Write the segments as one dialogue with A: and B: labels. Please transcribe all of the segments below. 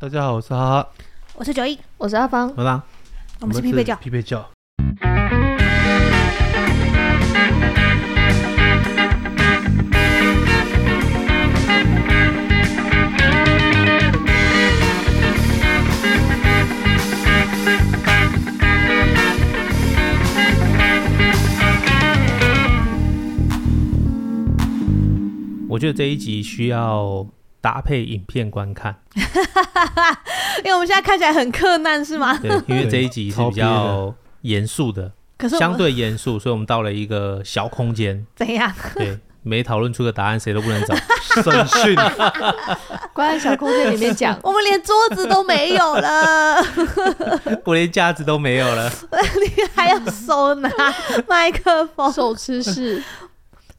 A: 大家好，我是哈哈，
B: 我是九一，
C: 我是阿芳，
A: 好啦，
B: 我们是匹配教。
A: 匹配教。我觉得这一集需要搭配影片观看，
B: 因为我们现在看起来很困难，是吗？
A: 对，因为这一集是比较严肃的，
B: 可是我
A: 相
B: 们
A: 对严肃，所以我们到了一个小空 间，
B: 怎样？。
A: 对，没讨论出个答案，谁都不能走。
D: 审讯，
C: 关在小空间里面讲
B: 我们连桌子都没有 了，
A: 我连架子都没有了。
B: 你还要手拿麦克风？
C: 手吃 是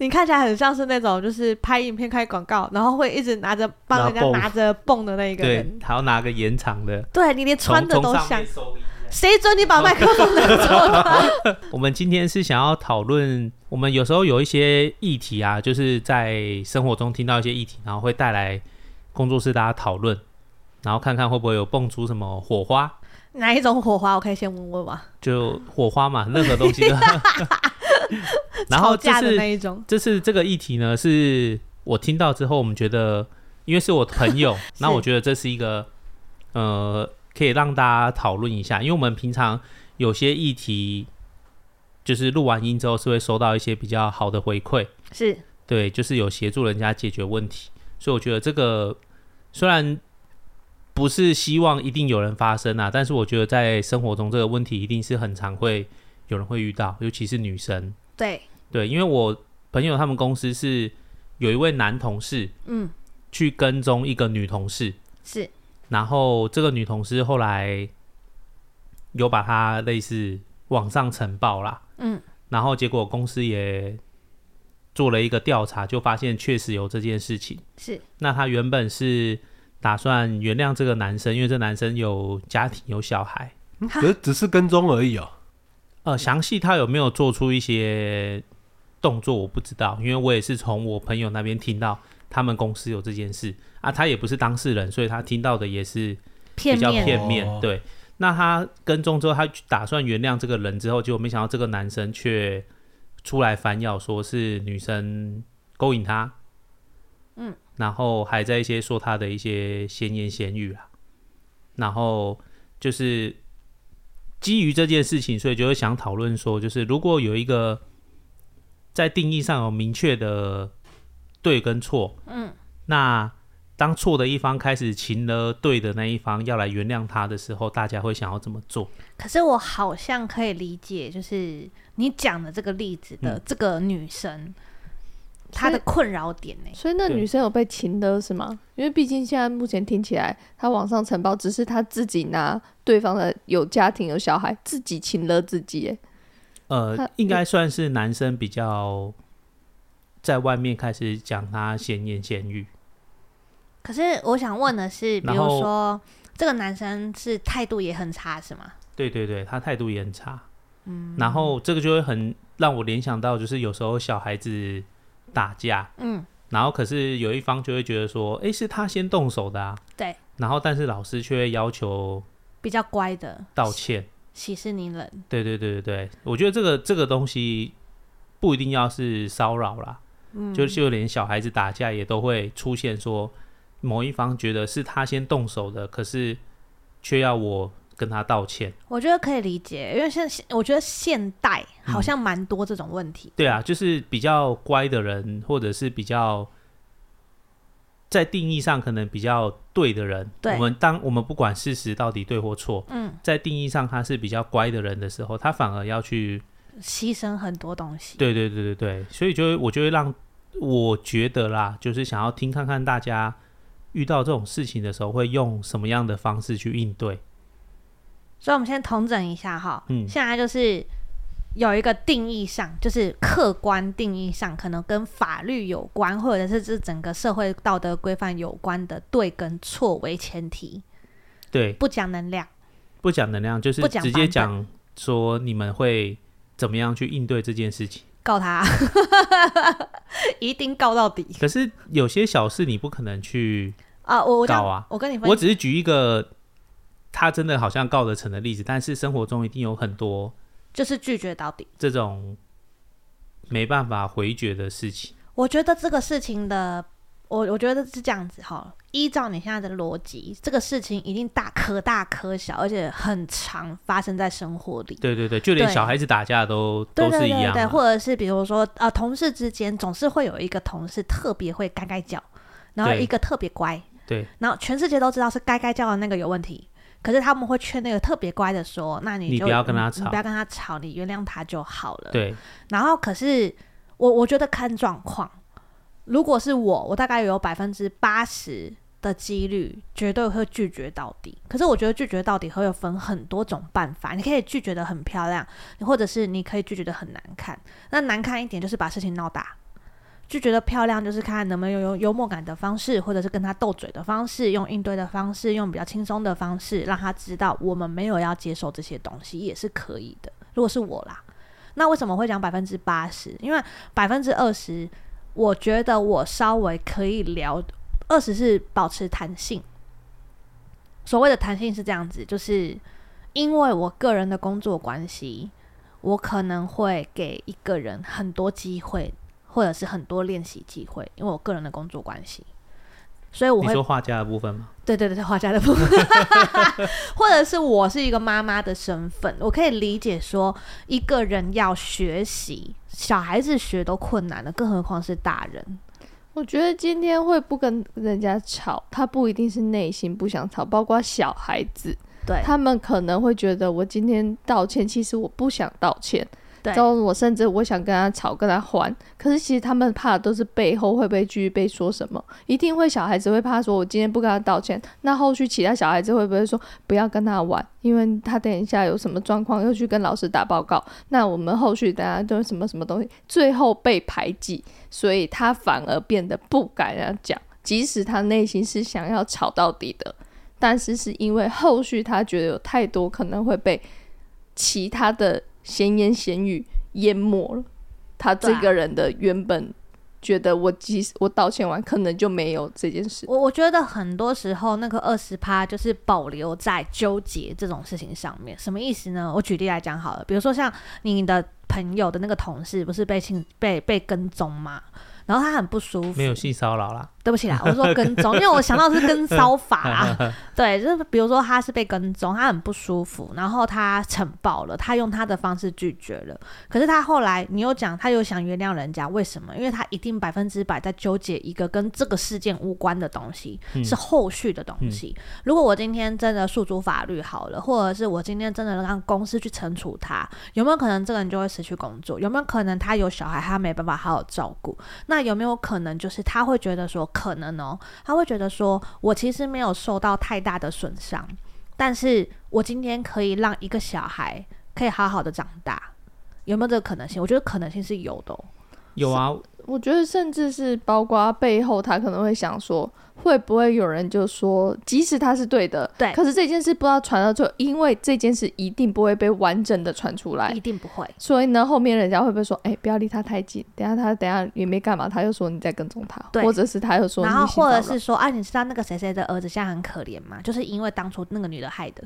B: 你看起来很像是那种就是拍影片、开广告，然后会一直拿着帮人家
A: 拿泵
B: 拿着泵的那一个
A: 对
B: 人。，
A: 还要拿个延长的，
B: 对你连穿
A: 从
B: 的
A: 从
B: 都
A: 上
B: 像
A: 面，收一样
B: 谁准你把麦克风拿走的？
A: 我们今天是想要讨论，我们有时候有一些议题啊，就是在生活中听到一些议题，然后会带来工作室大家讨论，然后看看会不会有蹦出什么火花。
B: 哪一种火花？我可以先问问吗？
A: 就火花嘛，任何 东西都。然后
B: 吵
A: 这
B: 架的那
A: 次
B: 一种，
A: 这次这个议题呢，是我听到之后，我们觉得，因为是我朋 友，那我觉得这是一个呃，可以让大家讨论一下，因为我们平常有些议题，就是录完音之后是会收到一些比较好的回馈，
B: 是
A: 对，就是有协助人家解决问题，所以我觉得这个虽然不是希望一定有人发生啊，但是我觉得在生活中这个问题一定是很常会有人会遇到，尤其是女生。
B: 对，
A: 对，因为我朋友他们公司是有一位男同事
B: 嗯，
A: 去跟踪一个女同事，
B: 是
A: 然后这个女同事后来有把她类似往上呈报啦，
B: 嗯，
A: 然后结果公司也做了一个调查，就发现确实有这件事情。
B: 是
A: 那她原本是打算原谅这个男生，因为这男生有家庭有小孩。
D: 可是只是跟踪而已哦。
B: 嗯
A: 呃，详细他有没有做出一些动作我不知道，因为我也是从我朋友那边听到他们公司有这件事啊，他也不是当事人，所以他听到的也是
B: 片
A: 比较
B: 面，
A: 片面。
D: 哦
A: 对，那他跟踪之后，他打算原谅这个人之后，结果没想到这个男生却出来反咬，说是女生勾引他，嗯，然后还在一些说他的一些闲言闲语啊，然后就是基于这件事情，所以就会想讨论说，就是如果有一个在定义上有明确的对跟错，嗯，那当错的一方开始擒了对的那一方要来原谅他的时候，大家会想要怎么做？
B: 可是我好像可以理解，就是你讲的这个例子的
A: 嗯
B: 这个女生，她的困扰点呢、
C: 所以那
A: 对
C: 女生有被擒的是吗？因为毕竟现在目前听起来，她往上承包只是她自己拿对方的有家庭有小孩，自己擒了自己耶。
A: 呃
C: 他，
A: 应该算是男生比较在外面开始讲他闲言闲语，
B: 可是我想问的是，比
A: 然
B: 如
A: 后
B: 说这个男生是态度也很差，是吗？
A: 对对对，他态度也很差。嗯，然后这个就会很让我联想到，就是有时候小孩子打架，
B: 嗯，
A: 然后可是有一方就会觉得说，诶，是他先动手的啊，
B: 对，
A: 然后但是老师却会要求
B: 比较乖的，
A: 道歉。
B: 息事宁人。
A: 对对对对对，我觉得这个这个东西不一定要是骚扰啦，嗯，就就连小孩子打架也都会出现说某一方觉得是他先动手的，可是却要我跟他道歉。
B: 我觉得可以理解，因为现我觉得现代好像蛮多这种问题。
A: 对啊，就是比较乖的人，或者是比较在定义上可能比较对的人，
B: 对
A: 我们当我们不管事实到底对或错，
B: 嗯，
A: 在定义上他是比较乖的人的时候，他反而要去
B: 嗯牺牲很多东西。
A: 对对对对对，所以就会我就会让我觉得啦，就是想要听看看大家遇到这种事情的时候，会用什么样的方式去应对？
B: 所以我们先统整一下哈，
A: 嗯
B: 现在就是有一个定义上，就是客观定义上可能跟法律有关，或者是这整个社会道德规范有关的对跟错为前提，
A: 对，
B: 不讲能量。
A: 不讲能量，就是
B: 不讲
A: 直接
B: 版本
A: 讲说你们会怎么样去应对这件事情。
B: 告他， 一定告到底
A: 可是有些小事你不可能去，
B: 啊！我我这样
A: 告啊
B: 我跟你分
A: 我只是举一个他真的好像告得成的例子，但是生活中一定有很多
B: 就是拒绝到底。
A: 这种没办法回绝的事情。
B: 我觉得这个事情的，我我觉得是这样子哈。依照你现在的逻辑，这个事情一定大可大可小，而且很常发生在生活里。
A: 对对对，就连
B: 对
A: 小孩子打架都
B: 对
A: 都
B: 对
A: 是一
B: 对
A: 样
B: 对，
A: 啊、
B: 或者是比如说呃，同事之间总是会有一个同事特别会该该叫，然后
A: 对
B: 一个特别乖，
A: 对，
B: 然后全世界都知道是该该叫的那个有问题，可是他们会劝那个特别乖的说：“那你
A: 你
B: 就
A: 不要跟他
B: 你
A: 吵
B: 不要跟他吵，你原谅他就好了。”
A: 对
B: 然后可是我我觉得看状况，如果是我，我大概有百分之八十的几率绝对会拒绝到底。可是我觉得拒绝到底会有分很多种办法，你可以拒绝的很漂亮，或者是你可以拒绝的很难看。那难看一点就是把事情闹大。拒绝的漂亮，就是看能不能用幽默感的方式，或者是跟他斗嘴的方式，用应对的方式，用比较轻松的方式，让他知道我们没有要接受这些东西，也是可以的。如果是我啦，那为什么会讲百分之八十？因为百分之二十，我觉得我稍微可以聊，二十是保持弹性。所谓的弹性是这样子，就是因为我个人的工作关系，我可能会给一个人很多机会，或者是很多练习机会，因为我个人的工作关系，所以我
A: 你
B: 会
A: 说画家的部分吗？
B: 对对对，对画家的部分， 或者是我是一个妈妈的身份，我可以理解说一个人要学习，小孩子学都困难了，更何况是大人。
C: 我觉得今天会不跟人家吵，他不一定是内心不想吵，包括小孩子，
B: 对
C: 他们可能会觉得我今天道歉，其实我不想道歉，
B: 对
C: 然后我甚至我想跟他吵，跟他还，可是其实他们怕的都是背后会不会继续被说什么，一定会小孩子会怕说，我今天不跟他道歉，那后续其他小孩子会不会说不要跟他玩，因为他等一下有什么状况又去跟老师打报告，那我们后续大家都什么什么东西，最后被排挤，所以他反而变得不敢要讲，即使他内心是想要吵到底的，但是是因为后续他觉得有太多可能会被其他的闲言闲语淹没了，他这
B: 对啊
C: 个人的原本觉得我即使我道歉完可能就没有这件事，
B: 我我觉得很多时候那个二十趴就是保留在纠结这种事情上面，什么意思呢？我举例来讲好了，比如说像你的朋友的那个同事不是被侵被被跟踪吗？然后他很不舒服，
A: 没有性骚扰啦，
B: 对不起啦，我说跟踪，因为我想到是跟骚法、啊对，就是比如说他是被跟踪，他很不舒服，然后他逞爆了，他用他的方式拒绝了。可是他后来，你又讲他又想原谅人家，为什么？因为他一定百分之百在纠结一个跟这个事件无关的东西，是后续的东西。如果我今天真的诉诸法律好了，或者是我今天真的让公司去惩处他，有没有可能这个人就会失去工作？有没有可能他有小孩，他没办法好好照顾？那有没有可能就是他会觉得说，可能哦，他会觉得说我其实没有受到太大的损伤，但是我今天可以让一个小孩可以好好的长大，有没有这个可能性？我觉得可能性是有的、哦。
A: 有啊，
C: 我觉得甚至是包括背后，他可能会想说，会不会有人就说，即使他是对的，
B: 对
C: 可是这件事不知道传到最后，因为这件事一定不会被完整的传出来
B: 一，定不会，
C: 所以呢，后面人家会不会说，哎、不要离他太近，等一下他等一下也没干嘛，他又说你在跟踪他，
B: 对
C: 或者是他又说你
B: 然后
C: 性
B: 或者
C: 骚扰
B: 是说，啊，你知道那个谁谁的儿子现在很可怜吗？就是因为当初那个女的害的。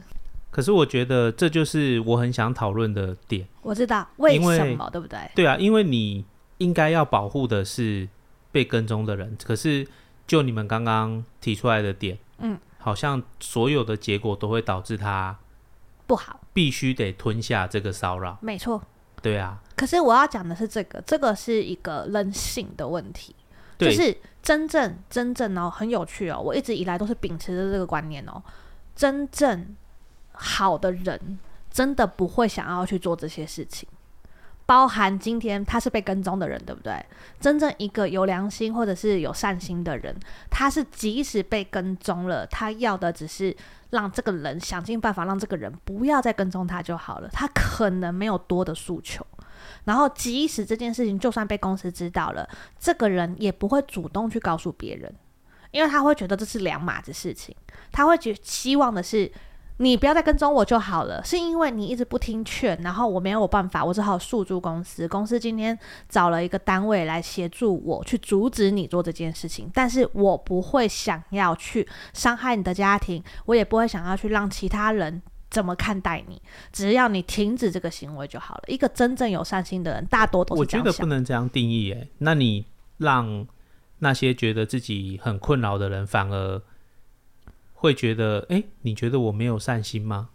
A: 可是我觉得这就是我很想讨论的点。
B: 我知道为
A: 因为
B: 什么，对不对？
A: 对啊，因为你应该要保护的是被跟踪的人，可是就你们刚刚提出来的点，
B: 嗯，
A: 好像所有的结果都会导致他
B: 不好，
A: 必须得吞下这个骚扰。
B: 没错。
A: 对啊，
B: 可是我要讲的是这个，这个是一个人性的问题。就
A: 对，
B: 是真正真正哦，很有趣哦。我一直以来都是秉持着这个观念哦，真正好的人真的不会想要去做这些事情。包含今天他是被跟踪的人，对不对？真正一个有良心或者是有善心的人，他是即使被跟踪了，他要的只是让这个人想尽办法让这个人不要再跟踪他就好了，他可能没有多的诉求。然后，即使这件事情就算被公司知道了，这个人也不会主动去告诉别人，因为他会觉得这是两码子事情，他会觉希望的是你不要再跟踪我就好了，是因为你一直不听劝，然后我没有办法，我只好诉诸公司。公司今天找了一个单位来协助我去阻止你做这件事情，但是我不会想要去伤害你的家庭，我也不会想要去让其他人怎么看待你，只要你停止这个行为就好了。一个真正有善心的人，大多都
A: 我
B: 是这
A: 觉
B: 样
A: 得不
B: 想。
A: 能这样定义诶。那你让那些觉得自己很困扰的人，反而会觉得，诶，你觉得我没有善心吗？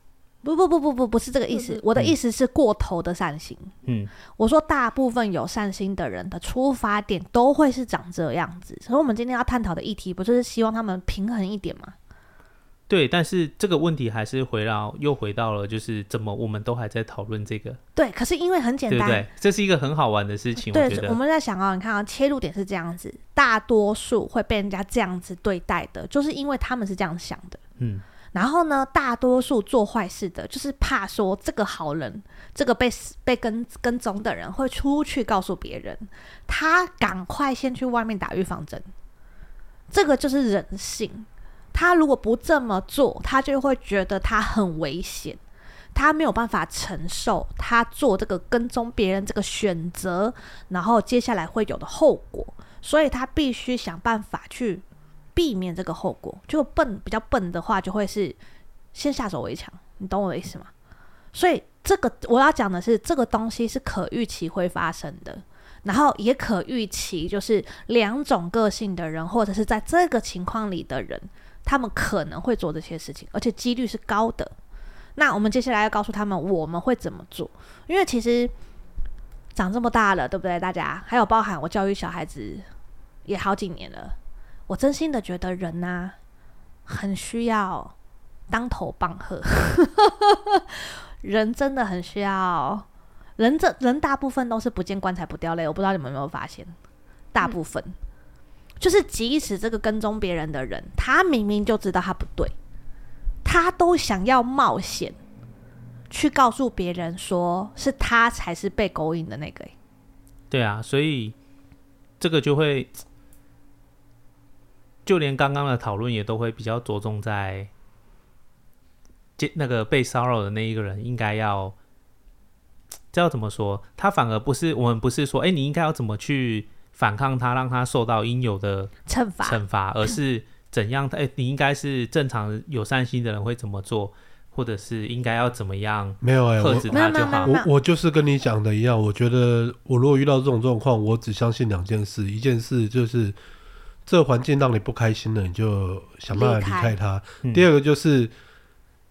B: 不不不不不，不是这个意思。我的意思是过头的善心。
A: 嗯，
B: 我说大部分有善心的人的出发点都会是长这样子，所以我们今天要探讨的议题不就是希望他们平衡一点吗？
A: 对。但是这个问题还是回到又回到了，就是怎么我们都还在讨论这个，
B: 对，可是因为很简
A: 对不
B: 单，
A: 对？这是一个很好玩的事情，我觉
B: 对，
A: 得
B: 我。们在想啊，你看啊，切入点是这样子，大多数会被人家这样子对待的，就是因为他们是这样想的。
A: 嗯，
B: 然后呢，大多数做坏事的，就是怕说这个好人，这个被被跟跟踪的人会出去告诉别人，他赶快先去外面打预防针。这个就是人性。他如果不这么做，他就会觉得他很危险，他没有办法承受他做这个跟踪别人这个选择，然后接下来会有的后果，所以他必须想办法去避免这个后果。就笨比较笨的话，就会是先下手为强，你懂我的意思吗？所以这个我要讲的是，这个东西是可预期会发生的，然后也可预期，就是两种个性的人，或者是在这个情况里的人，他们可能会做这些事情，而且几率是高的。那我们接下来要告诉他们我们会怎么做，因为其实长这么大了，对不对？大家还有包含我教育小孩子也好几年了，我真心的觉得人呐、很需要当头棒喝， 人真的很需要。人这人大部分都是不见棺材不掉泪，我不知道你们有没有发现，大部分、就是即使这个跟踪别人的人，他明明就知道他不对，他都想要冒险去告诉别人说是他才是被勾引的那个欸、
A: 对啊，所以这个就会，就连刚刚的讨论也都会比较着重在，这那个被骚扰的那一个人应该要，这要怎么说？他反而不是我们不是说，哎、你应该要怎么去反抗他，让他受到应有的
B: 惩罚。
A: 惩罚，而是怎样？哎、你应该是正常有善心的人会怎么做，或者是应该要怎么样
D: 没有哎、
A: 克制
D: 我
A: 他
B: 没
A: 就
B: 有没有
A: 好
B: 没。
D: 我我就是跟你讲的一样，我觉得我如果遇到这种状况，我只相信两件事，一件事就是这环境让你不开心了，你就想办法离开它；
A: 嗯
D: 第二个就是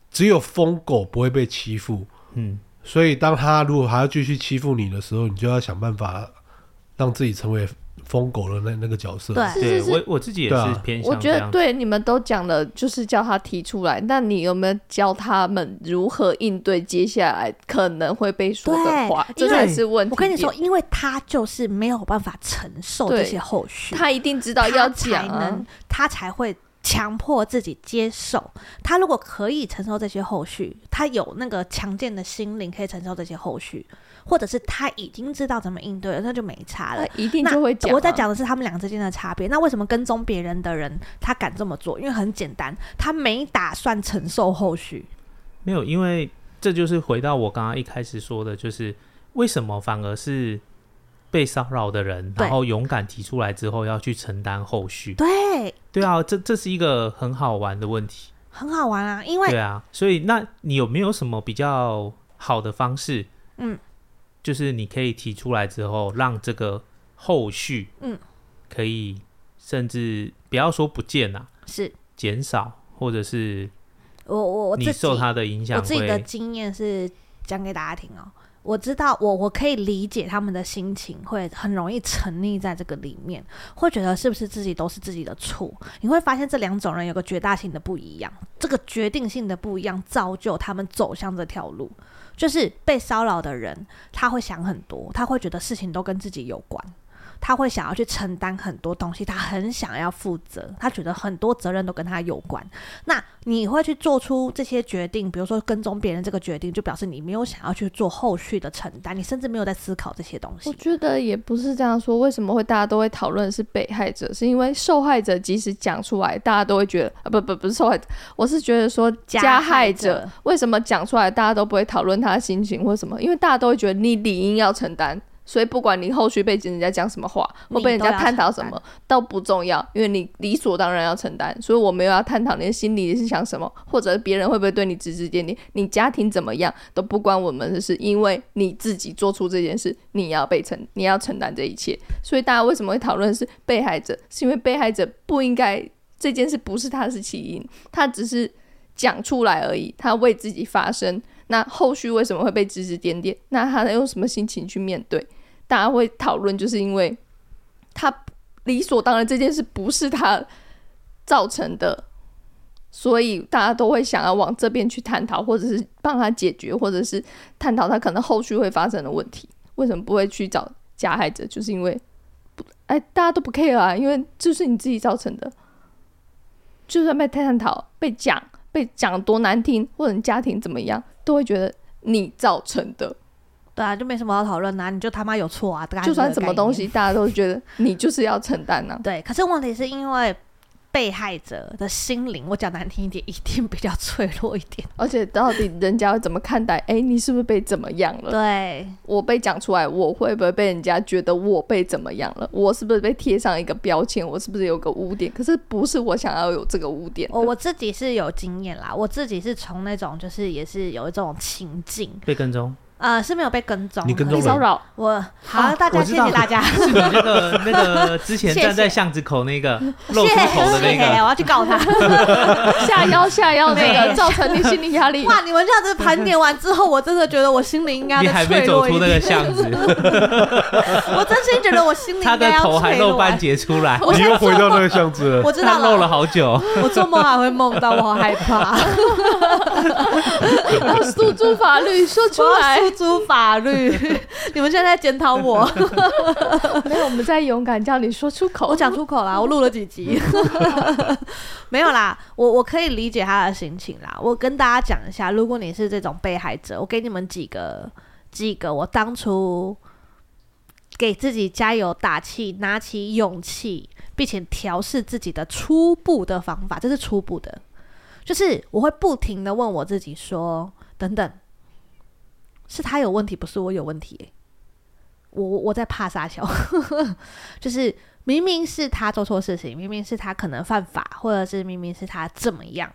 D: 只有疯狗不会被欺负，
A: 嗯，
D: 所以当他如果还要继续欺负你的时候，你就要想办法让自己成为疯狗的那那个角色。
B: 对
C: 是
A: 对
C: 是
A: 我我自己也
D: 对
A: 是
D: 啊
A: 偏
C: 我
A: 向
C: 觉
A: 这
C: 得
A: 样。
C: 对，你们都讲了，就是叫他提出来。那你有没有教他们如何应对接下来可能会被说的
B: 对
C: 话？
B: 因
C: 这
B: 为
C: 才是问题。
B: 我跟你说，，因为他就是没有办法承受这
C: 对
B: 些后续，
C: 他一定知道要
B: 才
C: 讲、啊
B: 能。他才会强迫自己接受。他如果可以承受这些后续，他有那个强健的心灵可以承受这些后续，或者是他已经知道怎么应对了，那就没差了
C: 他。一定
B: 那
C: 就会讲、啊。
B: 我在讲的是他们两个之间的差别。那为什么跟踪别人的人他敢这么做？因为很简单，他没打算承受后续。
A: 没有，因为这就是回到我刚刚一开始说的，就是为什么反而是被骚扰的人，
B: 对
A: 然后勇敢提出来之后要去承担后续。
B: 对，
A: 对啊，这这是一个很好玩的问题。
B: 很好玩啊，因为
A: 对啊，所以那你有没有什么比较好的方式？
B: 嗯，
A: 就是你可以提出来之后，让这个后续，
B: 嗯，
A: 可以甚至不要说不见啊，
B: 是
A: 减少，或者是
B: 我我我
A: 你
B: 自己
A: 受它的影响
B: 我
A: 会，
B: 自己的经验是讲给大家听哦。我知道我我可以理解他们的心情，会很容易沉溺在这个里面，会觉得是不是自己都是自己的错。你会发现这两种人有个绝大性的不一样，这个决定性的不一样，造就他们走向这条路。就是被骚扰的人，他会想很多，他会觉得事情都跟自己有关，他会想要去承担很多东西，他很想要负责，他觉得很多责任都跟他有关。那你会去做出这些决定，比如说跟踪别人这个决定，就表示你没有想要去做后续的承担，你甚至没有在思考这些东
C: 我
B: 西。
C: 觉得也不是这样说，为什么会大家都会讨论是被害者？是因为受害者即使讲出来，大家都会觉得啊，不不不是受害者，我是觉得说
B: 加害
C: 加害
B: 者
C: 者为什么讲出来，大家都不会讨论他的心情或什么？因为大家都会觉得你理应要承担，所以不管你后续被人家讲什么话，
B: 你
C: 或被人家
B: 都要
C: 探讨
B: 承
C: 什
B: 担
C: 么，倒不重要，因为你理所当然要承担。所以我没有要探讨你的心里是想什么，或者别人会不会对你指指点点，你家庭怎么样都不关我们的事，因为你自己做出这件事，你要被承，你要承担这一切。所以大家为什么会讨论是被害者，是因为被害者不应该这件事不是他是起因，他只是讲出来而已，他为自己发声。那后续为什么会被指指点点？那他用什么心情去面对？大家会讨论，就是因为他理所当然这件事不是他造成的，所以大家都会想要往这边去探讨，或者是帮他解决，或者是探讨他可能后续会发生的问题。为什么不会去找加害者？就是因为不，哎，大家都不 care 啊，因为就是你自己造成的。就算被探讨、被讲、被讲多难听，或者你家庭怎么样，都会觉得你造成的。
B: 对啊，就没什么好讨论啊，你就他妈有错啊！大概
C: 就算
B: 这
C: 什
B: 个
C: 么
B: 概
C: 东
B: 念
C: 西，大家都觉得你就是要承担 啊呢、
B: 对，可是问题是因为被害者的心灵，我讲难听一点，一定比较脆弱一点。
C: 而且到底人家会怎么看待？哎、你是不是被怎么样了？
B: 对，
C: 我被讲出来，我会不会被人家觉得我被怎么样了？我是不是被贴上一个标签？我是不是有个污点？可是不是我想要有这个污点的。
B: 我我自己是有经验啦，我自己是从那种就是也是有一种情境，
A: 被跟踪，
B: 呃，是没有被跟踪的，
D: 你跟
C: 被
D: 踪
C: 骚
D: 了
C: 扰，
B: 我好，大家
A: 我
B: 谢
A: 知道
B: 谢大家，
A: 是你那个那个之前
B: 谢
A: 站在
B: 谢
A: 巷子口那个露
B: 谢
A: 出
B: 谢，
A: 头的那
B: 我
A: 个，
B: 要去告他。
C: 下腰下腰那
B: 没
C: 个造成你心理压力。
B: 哇，你们这样子盘点完之后，我真的觉得我心里应该
A: 你
B: 再
A: 还没
B: 脆
A: 走
B: 弱一
A: 出那
B: 点，
A: 个巷子，
B: 我真心觉得我心里
A: 他
B: 应
A: 的
B: 该要
A: 头还
B: 脆
A: 露
B: 弱
A: 半
B: 啊。
A: 截出来，
B: 我
D: 你
B: 现
D: 又
B: 在 做
D: 回到那
B: 梦，
D: 个巷子了。
B: 我知
A: 他
B: 道
A: 露了
B: 了，
A: 好久。
B: 我做梦还会梦到，我好害怕。
C: 要诉诸法律，说出
B: 我
C: 来
B: 要。诉诸法律。 你们现在在检讨我，
C: 没有，我们在勇敢叫你说出口。
B: 我讲出口啦，我录了几 集， 没有啦，我我可以理解他的心情啦。我跟大家讲一下，如果你是这种被害者，我给你们几个几个我当初给自己加油打气，拿起勇气，并且调试自己的初步的方法，这是初步的，就是我会不停的问我自己说，等等，是他有问题，不是我有问题、欸。我我我在怕傻笑， 就是明明是他做错事情，明明是他可能犯法，或者是明明是他怎么样，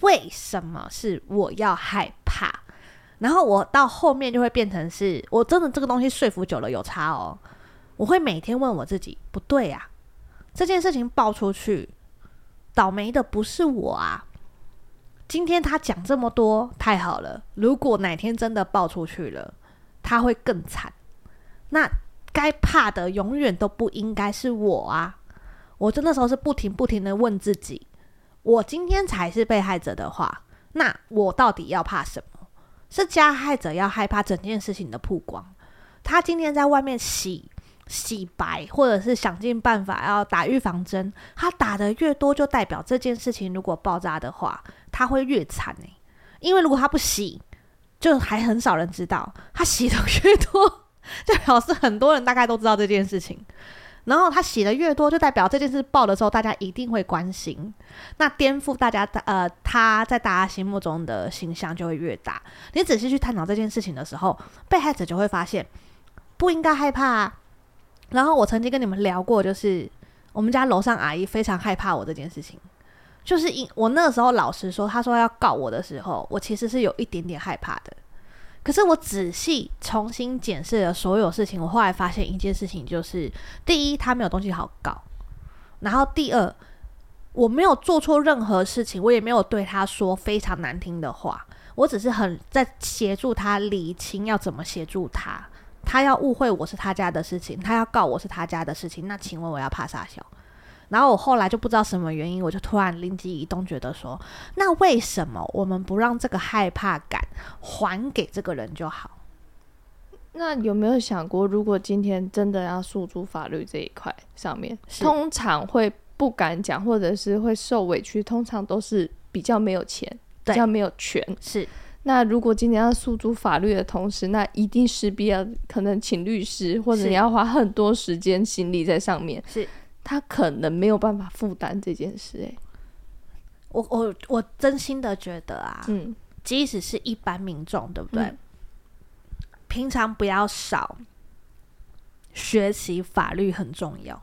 B: 为什么是我要害怕？然后我到后面就会变成是我真的这个东西说服久了有差哦，我会每天问我自己，不对呀、这件事情爆出去，倒霉的不是我啊。今天他讲这么多，太好了。如果哪天真的爆出去了，他会更惨。那该怕的永远都不应该是我啊！我就那时候是不停不停的问自己，我今天才是被害者的话，那我到底要怕什么？是加害者要害怕整件事情的曝光，他今天在外面洗洗白，或者是想尽办法要打预防针，他打的越多，就代表这件事情如果爆炸的话，他会越惨哎、因为如果他不洗，就还很少人知道，他洗的越多。 就表示很多人大概都知道这件事情。然后他洗的越多，就代表这件事爆的时候，大家一定会关心。那颠覆大家的呃，他在大家心目中的形象就会越大。你仔细去探讨这件事情的时候，被害者就会发现不应该害怕、啊。然后我曾经跟你们聊过，就是我们家楼上阿姨非常害怕我这件事情，就是因我那时候老实说，她说要告我的时候，我其实是有一点点害怕的。可是我仔细重新检视了所有事情，我后来发现一件事情，就是第一，他没有东西好搞；然后第二，我没有做错任何事情，我也没有对他说非常难听的话。我只是很在协助他理清要怎么协助他。他要误会我是他家的事情，他要告我是他家的事情，那请问我要怕啥小？然后我后来就不知道什么原因，我就突然灵机一动，觉得说，那为什么我们不让这个害怕感还给这个人就好？
C: 那有没有想过，如果今天真的要诉诸法律这一块上面，
B: 是
C: 通常会不敢讲，或者是会受委屈，通常都是比较没有钱，比
B: 对
C: 较没有权。
B: 是
C: 那如果今天要诉诸法律的同时，那一定势必要可能请律师，或者
B: 是
C: 你要花很多时间心力在上面，
B: 是，
C: 他可能没有办法负担这件事、欸。
B: 我我我真心的觉得啊，
C: 嗯，
B: 即使是一般民众，对不对？
C: 嗯
B: 平常不要少学习法律很重要。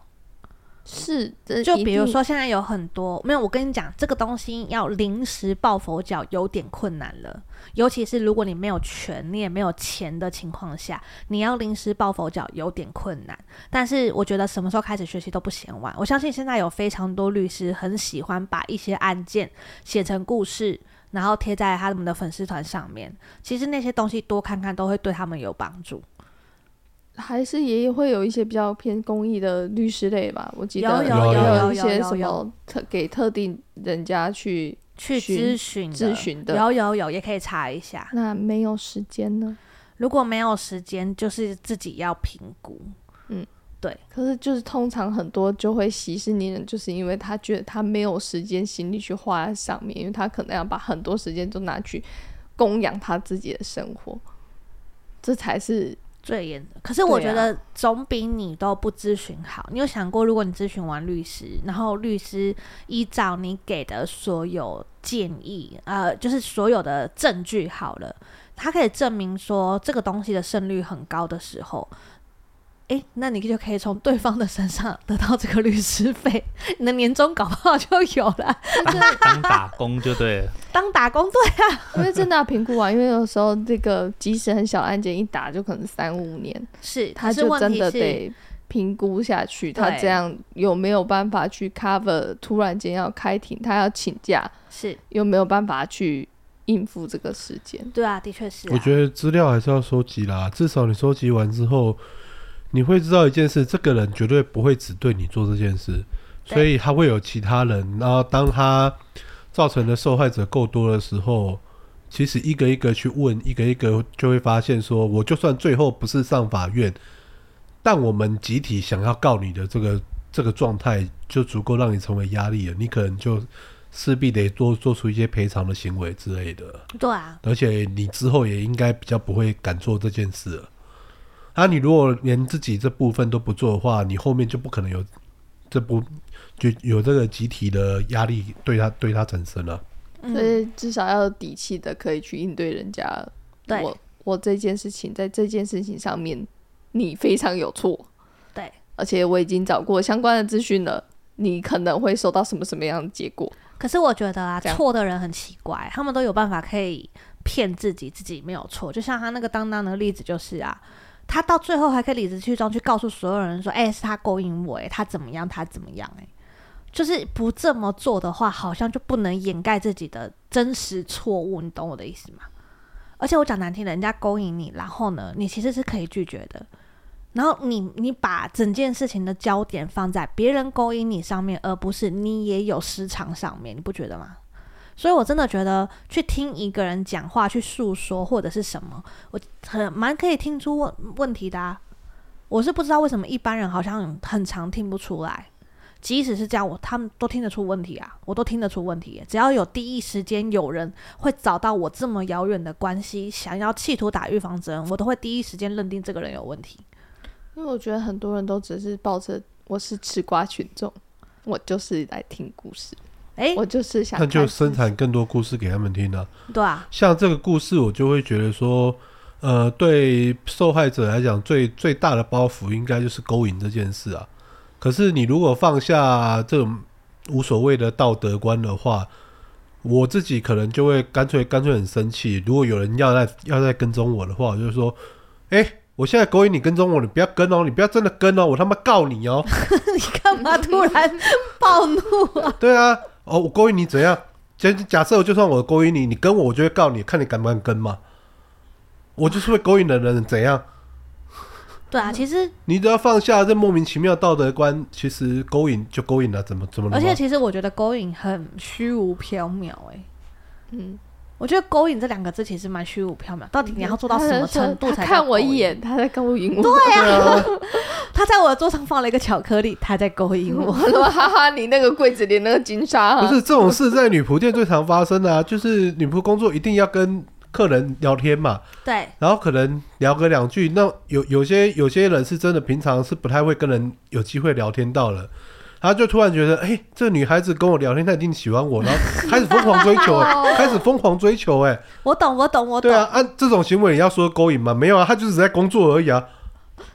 C: 是，这
B: 就
C: 一
B: 比如
C: 定
B: 说，现在有很多没有，我跟你讲，这个东西要临时抱佛脚有点困难了，尤其是如果你没有权，你也没有钱的情况下，你要临时抱佛脚有点困难。但是我觉得什么时候开始学习都不嫌晚。我相信现在有非常多律师很喜欢把一些案件写成故事。然后贴在他们的粉丝团上面，其实那些东西多看看都会对他们有帮助。
C: 还是也会有一些比较偏公益的律师类吧，我记得
B: 有
D: 有有
C: 有
B: 有
C: 一
B: 有
C: 些
B: 有
C: 什么
B: 有
C: 特给特定人家去，
B: 去
C: 询
B: 咨询的
C: 咨询的
B: 有有有，也可以查一下。
C: 那没有时间呢？
B: 如果没有时间，就是自己要评估。
C: 可是就是通常很多就会息事宁人，就是因为他觉得他没有时间心力去花在上面，因为他可能要把很多时间都拿去供养他自己的生活，这才是
B: 最严的，可是我
C: 对啊
B: 觉得总比你都不咨询好。你有想过，如果你咨询完律师，然后律师依照你给的所有建议，呃，就是所有的证据好了，他可以证明说这个东西的胜率很高的时候，诶，那你就可以从对方的身上得到这个律师费，你的年终搞不好就有了，
A: 当当打工就对了，
B: 当打工对啊，
C: 因为真的要评估啊，因为有时候这个即使很小案件一打就可能三五年，
B: 是，
C: 他
B: 可是
C: 就
B: 问
C: 真
B: 题
C: 的
B: 是
C: 得评估下去，他
B: 对
C: 这样有没有办法去 cover？突然间要开庭，他要请假，
B: 是
C: 有没有办法去应付这个时间？
B: 对啊，的确是、啊，
D: 我觉得资料还是要收集啦，至少你收集完之后，你会知道一件事：这个人绝对不会只对你做这件事，
B: 对
D: 所以他会有其他人。然后当他造成的受害者够多的时候，其实一个一个去问，一个一个就会发现说，我就算最后不是上法院，但我们集体想要告你的这个 这个状态，就足够让你成为压力了。你可能就势必得多做出一些赔偿的行为之类的。
B: 对啊，
D: 而且你之后也应该比较不会敢做这件事了。啊，你如果连自己这部分都不做的话，你后面就不可能有这部就有这个集体的压力对他对他产生了。
B: 嗯
C: 所以至少要有底气的，可以去应对人家。
B: 对
C: 我我这件事情，在这件事情上面，你非常有错，
B: 对，
C: 而且我已经找过相关的资讯了，你可能会收到什么什么样的结果？
B: 可是我觉得啊，
C: 这样
B: 错的人很奇怪，他们都有办法可以骗自己，自己没有错。就像他那个当当的例子就是啊，他到最后还可以理直气壮去告诉所有人说：“哎、是他勾引我、哎，他怎么样，他怎么样、哎，就是不这么做的话，好像就不能掩盖自己的真实错误，你懂我的意思吗？而且我讲难听的，人家勾引你，然后呢，你其实是可以拒绝的。然后你你把整件事情的焦点放在别人勾引你上面，而不是你也有失常上面，你不觉得吗？所以我真的觉得去听一个人讲话、去诉说或者是什么，我很蛮可以听出问问题的、啊。我是不知道为什么一般人好像很常听不出来，即使是这样，我他们都听得出问题啊，我都听得出问题耶。只要有第一时间有人会找到我这么遥远的关系，想要企图打预防针，我都会第一时间认定这个人有问题。
C: 因为我觉得很多人都只是抱着我是吃瓜群众，我就是来听故事，
B: 诶，
C: 我就是想
D: 那哎就
C: 看
D: 生产更多故事给他们听啊。
B: 对啊，
D: 像这个故事，我就会觉得说，呃，对受害者来讲，最最大的包袱应该就是勾引这件事啊。可是你如果放下这种无所谓的道德观的话，我自己可能就会干脆干脆很生气。如果有人要在要在跟踪我的话，我就说，哎、我现在勾引你跟踪我，你不要跟哦，你不要真的跟哦，我他妈告你哦！
B: 你干嘛突然暴怒啊？
D: 对啊，哦，我勾引你怎样？假假设我就算我勾引你，你跟我，我就会告你，看你敢不敢跟嘛。我就是会勾引的人，怎样？
B: 对啊，其实
D: 你只要放下这莫名其妙道德观，其实勾引就勾引啊了、怎么怎么了
B: 而
D: 吗？
B: 且其实我觉得勾引很虚无缥缈哎、
C: 嗯，
B: 我觉得勾引这两个字其实蛮虚无缥缈，到底你要做到什么程度
C: 嗯他
B: 才叫
C: 看我
B: 勾
C: 一
B: 引？
C: 眼，他在勾引我。
D: 对 啊，
B: 他在我的桌上放了一个巧克力，他在勾引我。
C: 我说哈哈，你那个柜子里那个金沙、啊，
D: 不 是这种事在女仆店最常发生的啊，就是女仆工作一定要跟客人聊天嘛，
B: 对，
D: 然后可能聊个两句，那有有些有些人是真的平常是不太会跟人有机会聊天到了。他就突然觉得，哎、这个女孩子跟我聊天，她一定喜欢我，然后开始疯狂追求、 哎开始疯狂追求、哎，
B: 我懂，我懂，我懂。
D: 对啊，按、这种行为你要说勾引吗？没有啊，他就只是在工作而已啊。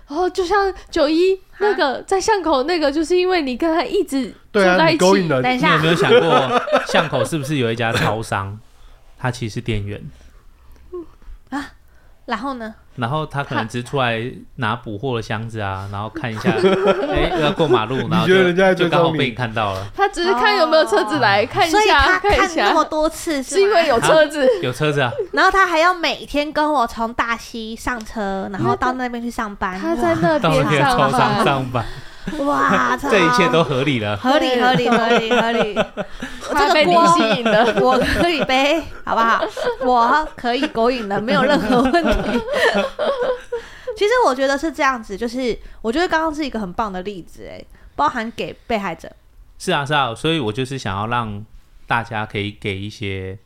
C: 哦，就像九一那个在巷口那个，就是因为你跟他一直住
D: 对啊，
C: 在
D: 你
C: 一
D: 勾引
C: 起，
D: 人，
B: 等一
A: 你有
B: 下
A: 没，有想过巷口是不是有一家超商，他其实是店员，
B: 然后呢？
A: 然后他可能只是出来拿补货的箱子啊，然后看一下，哎、要过 马路，然后
D: 觉得
A: 就
D: 人家在追
A: 就刚好
D: 踪
A: 被
D: 你
A: 你看到了，
C: 他只是看有没有车子来看一
B: 所以
C: 下，
B: 他
C: 看一
B: 看那
C: 下
B: 么，多次
C: 是因
B: 吗
C: 为有车子。
A: 有车子啊，
B: 然后他还要每天跟我从大溪上车，然后到那边去上班。
C: 他在那
A: 到了
C: 边啊
A: 那个
C: 上
A: 超
C: 班，
A: 商上 班，
B: 哇，操
A: 这一切都合理了。
B: 合理，合理，合理，合 理。
C: 他被
B: 这个
C: 你
B: 锅
C: 吸引了。
B: 我可以背，好不好？我可以勾引人，没有任何问题。 其实我觉得是这样子，就是我觉得刚刚是一个很棒的例子，哎，包含给被害者，
A: 是啊，是啊，所以我就是想要让大家可以给一些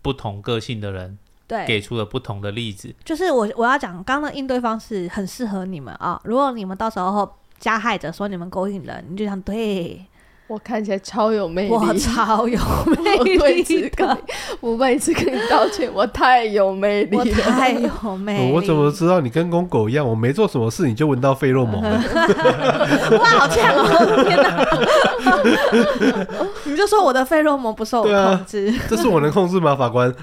A: 不同个性的人
B: 对，
A: 给出了不同的例子。
B: 就是我我要讲，刚刚的应对方式很适合你们啊、如果你们到时候加害者说你们勾引人，你就想 对
C: 我看起来超有魅力，
B: 我超有魅
C: 我对
B: 力
C: 此跟
B: 的
C: 你，，我为此跟你道歉，我太有魅力
B: 我
C: 了。
B: 太有魅力，
D: 我怎么知道你跟公狗一样？我没做什么事，你就闻到费洛蒙 了。
B: 哇，好呛哦！ 天哪， 你就说我的费洛蒙不受我
D: 对啊
B: 控制，
D: 这是我能控制吗，法官？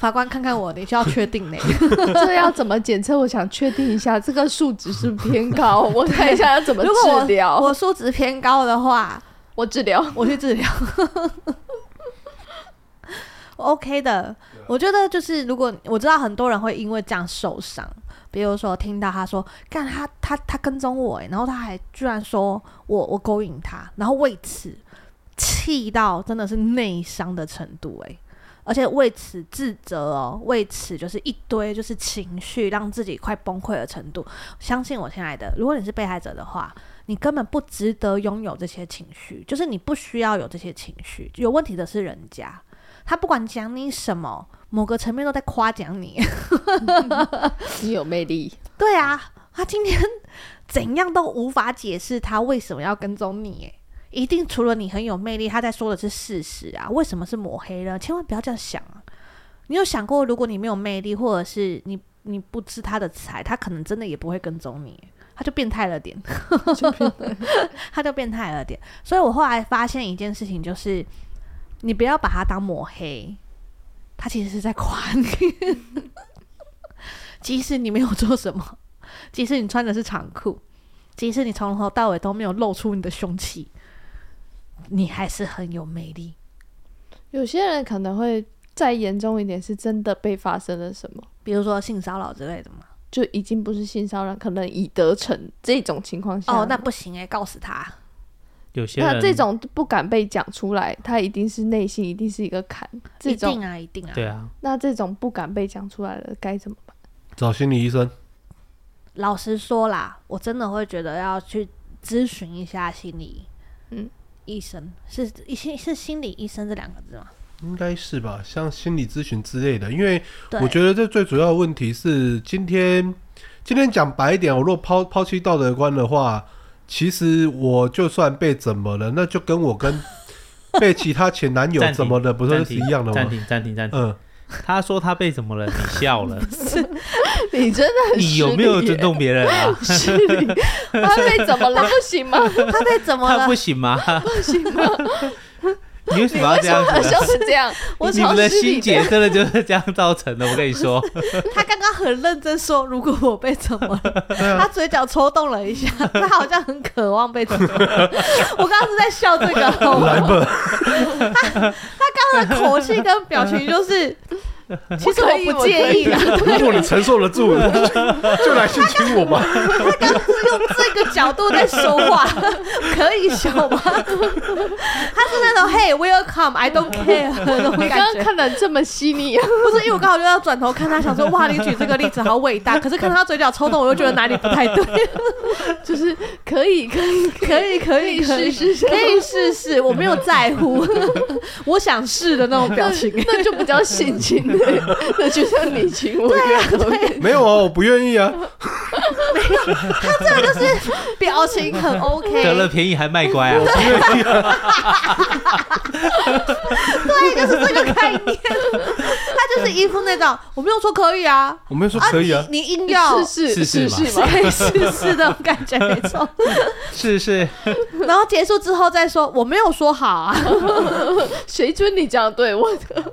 B: 法官看看我，你需要确定呢。
C: 这要怎么检测？我想确定一下，这个数值是不是偏 高，我看一下要怎么
B: 如果
C: 治
B: 我
C: 疗。
B: 我数值偏高的话，
C: 我治疗，
B: 我去治疗。我 OK 的，我觉得就是如果我知道很多人会因为这样受伤，比如说听到他说干他他他跟踪我、欸，然后他还居然说我我勾引他，然后为此气到真的是内伤的程度、欸，而且为此自责哦，为此就是一堆就是情绪让自己快崩溃的程度。相信我，亲爱的，如果你是被害者的话，你根本不值得拥有这些情绪，就是你不需要有这些情绪。有问题的是人家，他不管讲你什么，某个层面都在夸奖你。啊
C: 你有魅力。
B: 对啊，他今天怎样都无法解释他为什么要跟踪你，诶，一定除了你很有魅力，他在说的是事实啊，为什么是抹黑呢？千万不要这样想啊！你有想过，如果你没有魅力，或者是你你不知他的才，他可能真的也不会跟踪你，他就变态了点， 他就变态了点。所以我后来发现一件事情，就是你不要把他当抹黑，他其实是在夸你。即使你没有做什么， 即使你穿的是长裤，即使你从头到尾都没有露出你的凶器，你还是很有魅力。
C: 有些人可能会再严重一点，是真的被发生了什么，
B: 比如说性骚扰之类的嘛。
C: 就已经不是性骚扰，可能已得逞这种情况下。
B: 哦，那不行哎、告诉他。
A: 有些
C: 那
A: 人
C: 这种不敢被讲出来，他一定是内心一定是一个坎。这
B: 一
C: 种
B: 定啊，一定啊。
A: 对啊，
C: 那这种不敢被讲出来的该怎么办？
D: 找心理医生，
B: 老实说啦，我真的会觉得要去咨询一下心理，
C: 嗯，
B: 医生是一心是心理医生这两个字吗？
D: 应该是吧？像心理咨询之类的，因为
B: 对，
D: 我觉得这最主要的问题是，今天今天讲白一点，我若抛抛弃道德观的话，其实我就算被怎么了，那就跟我跟被其他前男友
A: 暂停
D: 怎么的，不
A: 暂
D: 是是
A: 停
D: 一样的
A: 暂
D: 吗？
A: 停，暂停，暂停。
D: 嗯，
A: 他说他被怎么了？你 笑了，
C: 你真的 很
A: 你有没有尊重别人啊？
C: 失礼？ 他被怎么了？不行吗？
B: 他被怎么
A: 他
B: 了
A: 不？行吗？你为什么要这样
C: 我
A: 子
C: 就
A: 呢？
C: 是这样，我
A: 你们
C: 从
A: 的
C: 心
A: 心
C: 里边
A: 结真的就是这样造成的，我跟你说。
B: 他刚刚很认真说，如果我被怎么了，他嘴角抽动了一下，他好像很渴望被怎么了。我刚刚是在笑这个，
D: 来
B: 他
D: 吧，
B: 他的口气跟表情就是，其实
C: 我可以
B: 我不介意
C: 啊
B: 啦，
D: 如果你承受得住， 就来性侵我吧。
B: 他刚刚是用这个角度在说话，可以笑吗？他是那种 Hey welcome I don't care 那种
C: 你
B: 感
C: 刚刚
B: 觉，
C: 看的这么细腻，
B: 不是因为我刚好就要转头看他，想说哇，你举这个例子好伟大，可是看他嘴角抽动，我又觉得哪里不太对。
C: 就是可以可以
B: 可以可以
C: 可以试试
B: 可以试试，我没有在乎， 我想试的那种表情。
C: 那就不叫性侵了， 那就像你情我愿。
D: 没有啊，我不愿意啊。
B: 这个就是表情很 OK，
A: 得了便宜还卖乖啊！
B: 对，就是这个概念。他就是一副那种我没有说可以啊，
D: 我没有说可以啊，
B: 你你硬要
C: 试
A: 试
C: 试
A: 试
C: 嘛，
B: 可以试试那种感觉，没错。
A: 是是，
B: 然后结束之后再说我没有说好啊，
C: 谁准你这样对我的？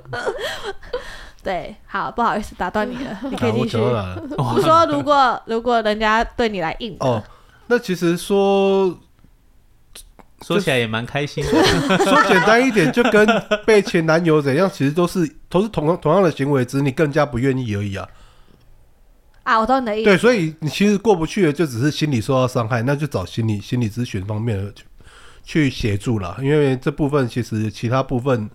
B: 对，好，不好意思打断你了，你可
D: 啊
B: 以
D: 我
B: 继续
D: 讲。到哪了？
B: 我说如果如果人家对你来硬，
D: 哦，那其实说
A: 说起来也蛮开心的。
D: 说简单一点，就跟被前男友怎样，其实都是都是同同样的行为，只是你更加不愿意而已啊。
B: 啊，我懂你的意思。
D: 对，所以你其实过不去的，就只是心理受到伤害，那就找心理心理咨询方面的去去协助了。因为这部分其实其他部分，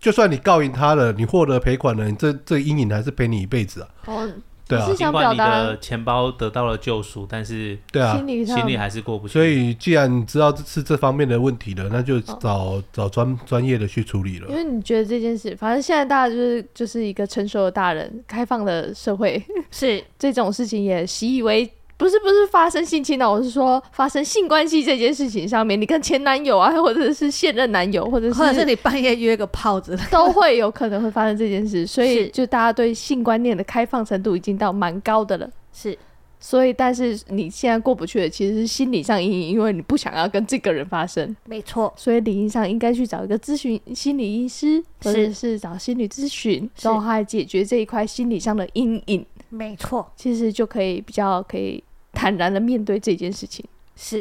D: 就算你告赢他了，你获得赔款了，你这这阴影还是陪你一辈子啊。
C: 哦，
D: 对啊
C: 你，是
A: 尽
C: 想
A: 管
C: 表
A: 你
C: 达
A: 的钱包得到了救赎，但是
D: 对啊
C: 心。理上
A: 心里还是过不去。
D: 所以既然你知道这是这方面的问题了，那就
C: 哦
D: 找找专专业的去处
B: 啊
D: 理了
C: 因。为你觉得这件事，反正现在大家就是就是一个成熟的大人，开放的社会，
B: 是
C: 这种事情也习以为。不是不是发生性侵的，我是说发生性关系这件事情上面，你跟前男友啊，或者是现任男友，或者是
B: 或者是你半夜约个炮之类的，
C: 都会有可能会发生这件事，所以
B: 是
C: 就大家对性观念的开放程度已经到蛮高的了。
B: 是
C: 所以，但是你现在过不去的其实是心理上阴影，因为你不想要跟这个人发生，
B: 没错，
C: 所以理应上应该去找一个咨询心理医师，或者是找心理咨询，
B: 是
C: 然后来解决这一块心理上的阴影，
B: 没错，
C: 其实就可以比较可以坦然的面对这件事情，
B: 是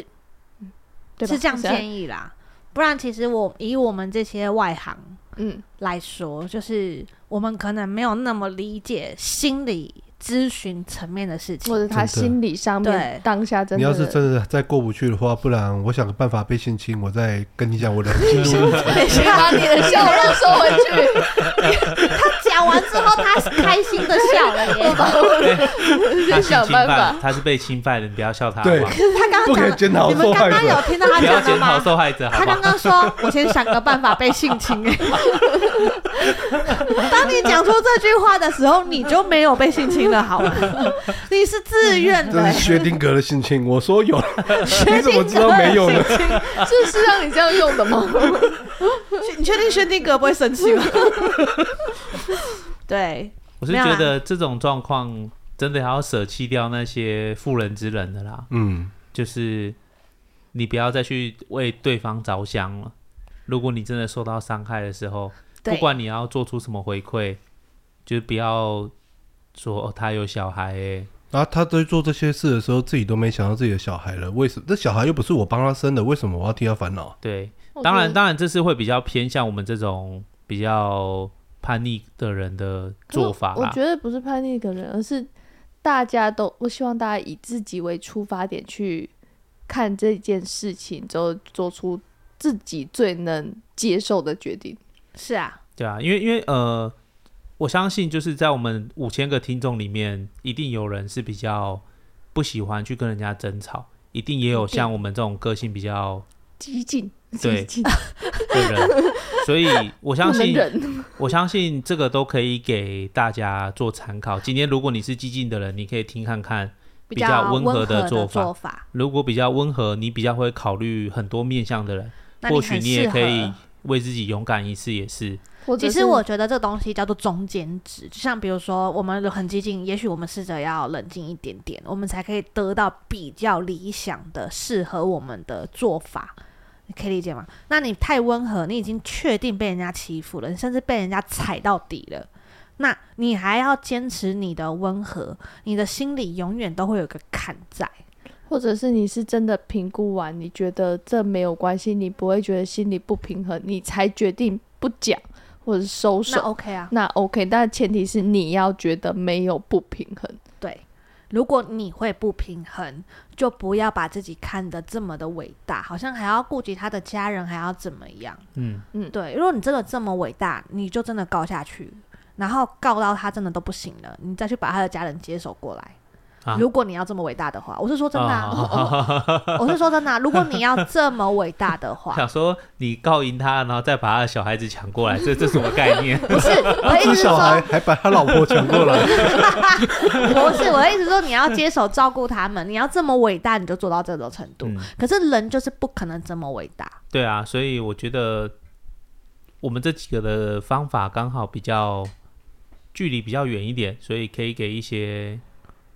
C: 对吧？
B: 是这样
C: 啊
B: 建议啦。不然，其实我以我们这些外行
C: 嗯，
B: 来说，就是我们可能没有那么理解心理咨询层面的事
C: 或
B: 情。
C: 者他
D: 真的
C: 心理上面
B: 对
C: 当下真
D: 你
C: 的，
D: 要是真的再过不去的话，不然我想个办法被性侵，我再跟你讲我的经历。
B: 等一
C: 你
B: 下，
C: 把你的笑容收回去。
B: 他讲完之后，他是开心的笑了耶。
A: 他
C: 在
A: 是
C: 想
A: 侵
C: 办
A: 犯
C: 法，。
A: 他是被侵犯的，你不要笑他，好
D: 对
A: 不好
B: 他刚
D: 不可以
B: 刚讲了，
D: 检讨
B: 你们
D: 受
B: 刚
D: 害
B: 刚有
D: 者。
B: 听到他
A: 不要
B: 讲的
A: 检讨
B: 吗？
A: 受害者，好
B: 他
A: 不好
B: 刚？刚说：“我先想个办法被性侵。”哎， 当你讲出这句话的时候，你就没有被性侵了，好吗？ 你是自愿的
D: 这
B: 哎
D: 是，薛定谔的性侵，我说有，嗯你
B: 薛
D: 怎
B: 定
D: 么
B: 谔
D: 知道没有呢？
C: 这是让你这样用 的吗？
B: 薛你确定薛定谔不会生气 吗？对，
A: 我是
B: 没有
A: 觉
B: 啦
A: 得这种状况真的还要舍弃掉那些妇人之仁的啦，
D: 嗯，
A: 就是你不要再去为对方着想了。如果你真的受到伤害的时候，
B: 对
A: 不管你要做出什么回馈，就是不要说、哦、他有小孩、欸，
D: 然啊后他在做这些事的时候，自己都没想到自己的小孩了。为什么？这小孩又不是我帮他生的，为什么我要替他烦恼？
A: 对，当然，当然，这是会比较偏向我们这种比较叛逆的人的做法
C: 我
A: 啦。
C: 觉得不是叛逆一个人，而是大家都，我希望大家以自己为出发点去看这件事情，之后做出自己最能接受的决定。
B: 是啊，
A: 对啊，因为因为呃，我相信就是在我们五千个听众里面，一定有人是比较不喜欢去跟人家争吵，一定也有像我们这种个性比较
C: 激进，
A: 对
C: 激进，
A: 的人，所以我相
C: 不能
A: 信
C: 忍。
A: 我相信这个都可以给大家做参考。今天如果你是激进的人，你可以听看看。比较温
B: 温
A: 和的
B: 的
A: 做法
B: 做法，
A: 如果比较温和，你比较会考虑很多面向的人，
B: 那
A: 或
B: 你
A: 许
B: 很
A: 你也
B: 适
A: 可以
B: 合。
A: 为自己勇敢一次，也是
C: 或者
B: 其
C: 是
B: 实我觉得这东西叫做中间值，就像比如说我们很激进，也许我们试着要冷静一点点，我们才可以得到比较理想的、适合我们的做法。你可以理解吗？那你太温和，你已经确定被人家欺负了，你甚至被人家踩到底了。那你还要坚持你的温和，你的心里永远都会有个坎在。
C: 或者是你是真的评估完，你觉得这没有关系，你不会觉得心里不平衡，你才决定不讲或者收
B: 那
C: 手。
B: OK 啊，
C: 那 OK，但前提是你要觉得没有不平衡。
B: 对。如果你会不平衡，就不要把自己看得这么的伟大，好像还要顾及他的家人，还要怎么样？
A: 嗯，
B: 对，如果你真的这么伟大，你就真的告下去，然后告到他真的都不行了，你再去把他的家人接手过来。
A: 啊
B: 如果你要这么伟大的话，我是说真的、啊，
A: 啊
B: 我是说真的啊、如果你要这么伟大的话，
A: 想说你告赢他，然后再把他的小孩子抢过来，这这什么概念？
B: 不是我的意
D: 这
B: 思哎是
D: 小孩
B: 说，
D: 还把他老婆抢过来，
B: 不是我的意思是说，你要接手照顾他们，你要这么伟大，你就做到这种程度。
A: 嗯，
B: 可是人就是不可能这么伟大，
A: 对啊，所以我觉得我们这几个的方法刚好比较距离比较远一点，所以可以给一些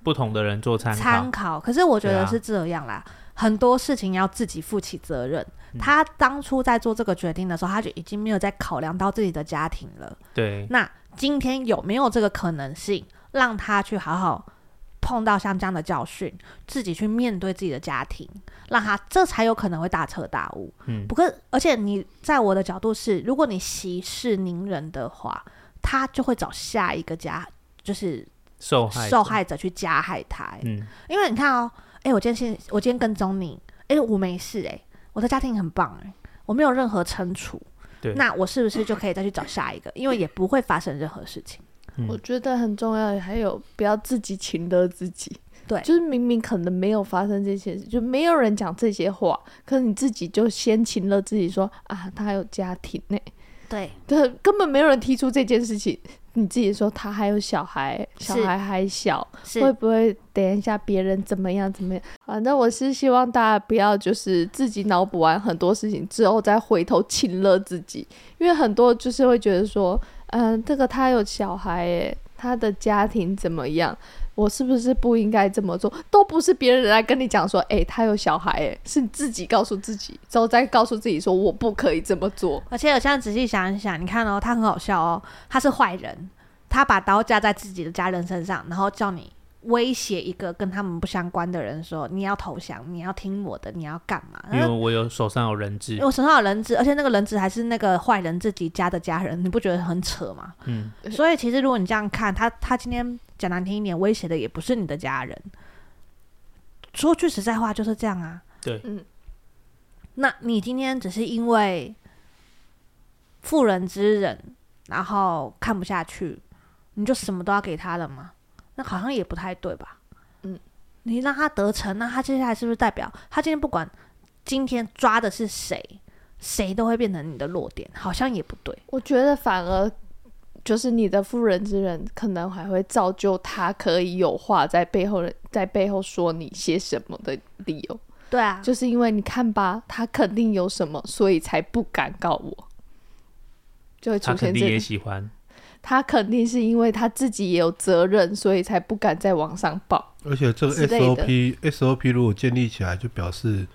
A: 不同的人做参
B: 参
A: 考。
B: 考。可是我觉
A: 对
B: 得
A: 啊
B: 是这样啦，很多事情要自己负起责任。
A: 嗯
B: 他当初在做这个决定的时候，他就已经没有在考量到自己的家庭了。
A: 对，
B: 那今天有没有这个可能性，让他去好好碰到像这样的教训，自己去面对自己的家庭，让他这才有可能会大彻大悟。
A: 嗯
B: 不过，而且你在我的角度是，如果你息事宁人的话，他就会找下一个家，就是
A: 受害
B: 受
A: 者，
B: 害者去加害他、欸
A: 嗯，
B: 因为你看哦，哎、我今天先，我今天跟踪你，哎、我没事、哎，我的家庭很棒、哎，我没有任何惩处，
A: 对
B: 那我是不是就可以再去找下一个？因为也不会发生任何事情。
A: 嗯
C: 我觉得很重要，还有不要自己请了自己。
B: 对
C: 就是明明可能没有发生这些事，就没有人讲这些话，可是你自己就先请了自己说啊，他还有家庭呢、
B: 对，
C: 对，根本没有人提出这件事情。你自己说他还有小孩，小
B: 是
C: 孩还小，
B: 是
C: 会不会等一下别人怎么样怎么样？反正我是希望大家不要就是自己脑补完很多事情之后再回头请了自己，因为很多就是会觉得说，嗯，这个他有小孩诶，他的家庭怎么样？我是不是不应该这么做？都不是别人来跟你讲说，诶，他有小孩诶，是你自己告诉自己，之后再告诉自己说我不可以这么做。
B: 而且我现在仔细想一想，你看哦，他很好笑哦，他是坏人，他把刀架在自己的家人身上，然后叫你威胁一个跟他们不相关的人说，你要投降，你要听我的，你要干嘛？
A: 因
B: 那
A: 为我有手上有人质
B: 因为，我手上有人质，而且那个人质还是那个坏人自己家的家人，你不觉得很扯吗？
A: 嗯，
B: 所以其实如果你这样看，他他今天讲难听一点，威胁的也不是你的家人。说句实在话，就是这样啊。
A: 对
C: 嗯。
B: 那你今天只是因为妇人之仁，然后看不下去，你就什么都要给他了吗？那好像也不太对吧？
C: 嗯，
B: 你让他得逞，那他接下来是不是代表他今天不管今天抓的是谁，谁都会变成你的弱点？好像也不对。
C: 我觉得反而就是你的妇人之仁，可能还会造就他可以有话在背后在背后说你些什么的理由，
B: 对啊，
C: 就是因为你看吧，他肯定有什么，所以才不敢告我，就会
A: 他
C: 出
A: 肯
C: 现
A: 定
C: 这种。
A: 也喜欢。
C: 他肯定是因为他自己也有责任，所以才不敢再往上报。
D: 而且这个
C: 之类的
D: SOP SOP 如果建立起来，就表示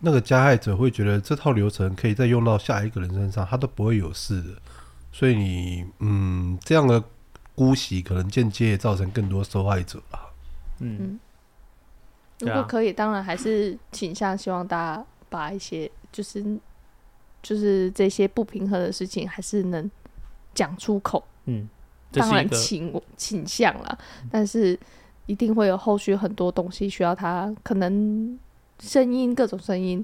D: 那个加害者会觉得这套流程可以再用到下一个人身上，他都不会有事的。所以你嗯，这样的姑息可能间接造成更多受害 者吧。，
A: 嗯，
C: 如
A: 对啊
C: 果可以，当然还是倾向希望大家把一些就是就是这些不平衡的事情，还是能讲出口。
A: 这
C: 当
A: 是一
C: 然
A: 个
C: 倾
A: 嗯
C: 倾向啦，但是一定会有后续很多东西需要他，可能声音各种声音，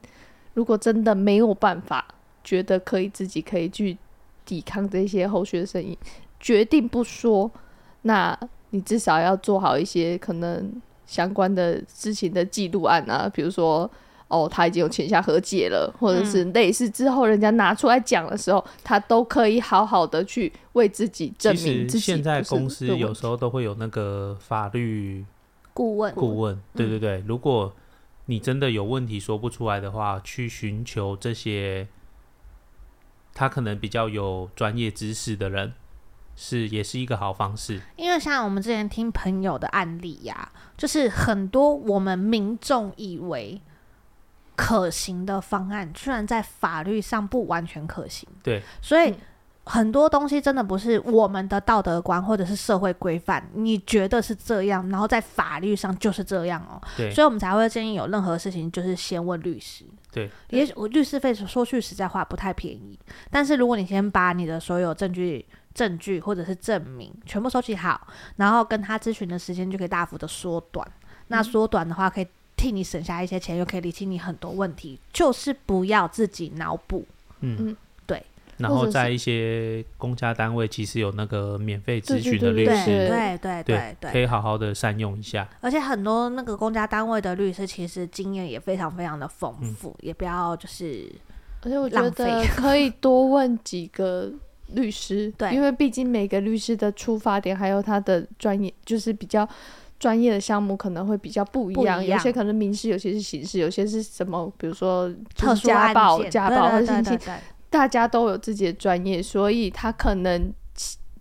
C: 如果真的没有办法，觉得可以自己可以去抵抗这些后续的声音，决定不说，那你至少要做好一些可能相关的事情的记录案啊，比如说。哦，他已经有签下和解了，或者
A: 嗯
C: 是类似之后人家拿出来讲的时候，他都可以好好的去为自己证
A: 其
C: 明
A: 实
C: 自己。
A: 现在公司有时
C: 候，
A: 候都会有那个法律
B: 顾问
A: 顾问，
C: 嗯
A: 对对对，如果你真的有问题说不出来的话，去寻求这些他可能比较有专业知识的人，是也是一个好方式。
B: 因为像我们之前听朋友的案例呀、就是很多我们民众以为可行的方案，虽然在法律上不完全可行。
A: 对，
B: 所以
C: 嗯
B: 很多东西真的不是我们的道德观或者是社会规范，你觉得是这样，然后在法律上就是这样哦、
A: 对
B: 所以我们才会建议有任何事情就是先问律师。
A: 对，
B: 也许我律师费说句实在话不太便宜，但是如果你先把你的所有证据、证据或者是证明全部收集好，然后跟他咨询的时间就可以大幅的缩短。
C: 嗯
B: 那缩短的话，可以替你省下一些钱，又可以理清你很多问题，就是不要自己脑补。
A: 嗯
C: 嗯，
B: 对。
A: 然
C: 或
A: 后
C: 者
A: 在
C: 是
A: 一些公家单位，其实有那个免费咨
C: 对对
A: 询的
C: 对
A: 律
B: 对
C: 是
A: 师，
B: 对对对
A: 可
B: 对，
A: 以好好的善用一下。
B: 而且很多那个公家单位的律师其实经验也非常非常的丰
C: 嗯
B: 富，也不要就是
C: 而且我觉
B: 浪费
C: 得可以多问几个律师，
B: 对
C: 因为毕竟每个律师的出发点还有他的专业，就是比较专业的项目可能会比较不一
B: 不一
C: 样，有
B: 样
C: 些可能民事，有些是刑事，有些是什么，比如说
B: 特殊
C: 家
B: 案
C: 暴、
B: 件
C: 家
B: 对
C: 暴或
B: 对
C: 者
B: 对
C: 性
B: 对
C: 侵，
B: 对
C: 大家都有自己的专业，所以他可能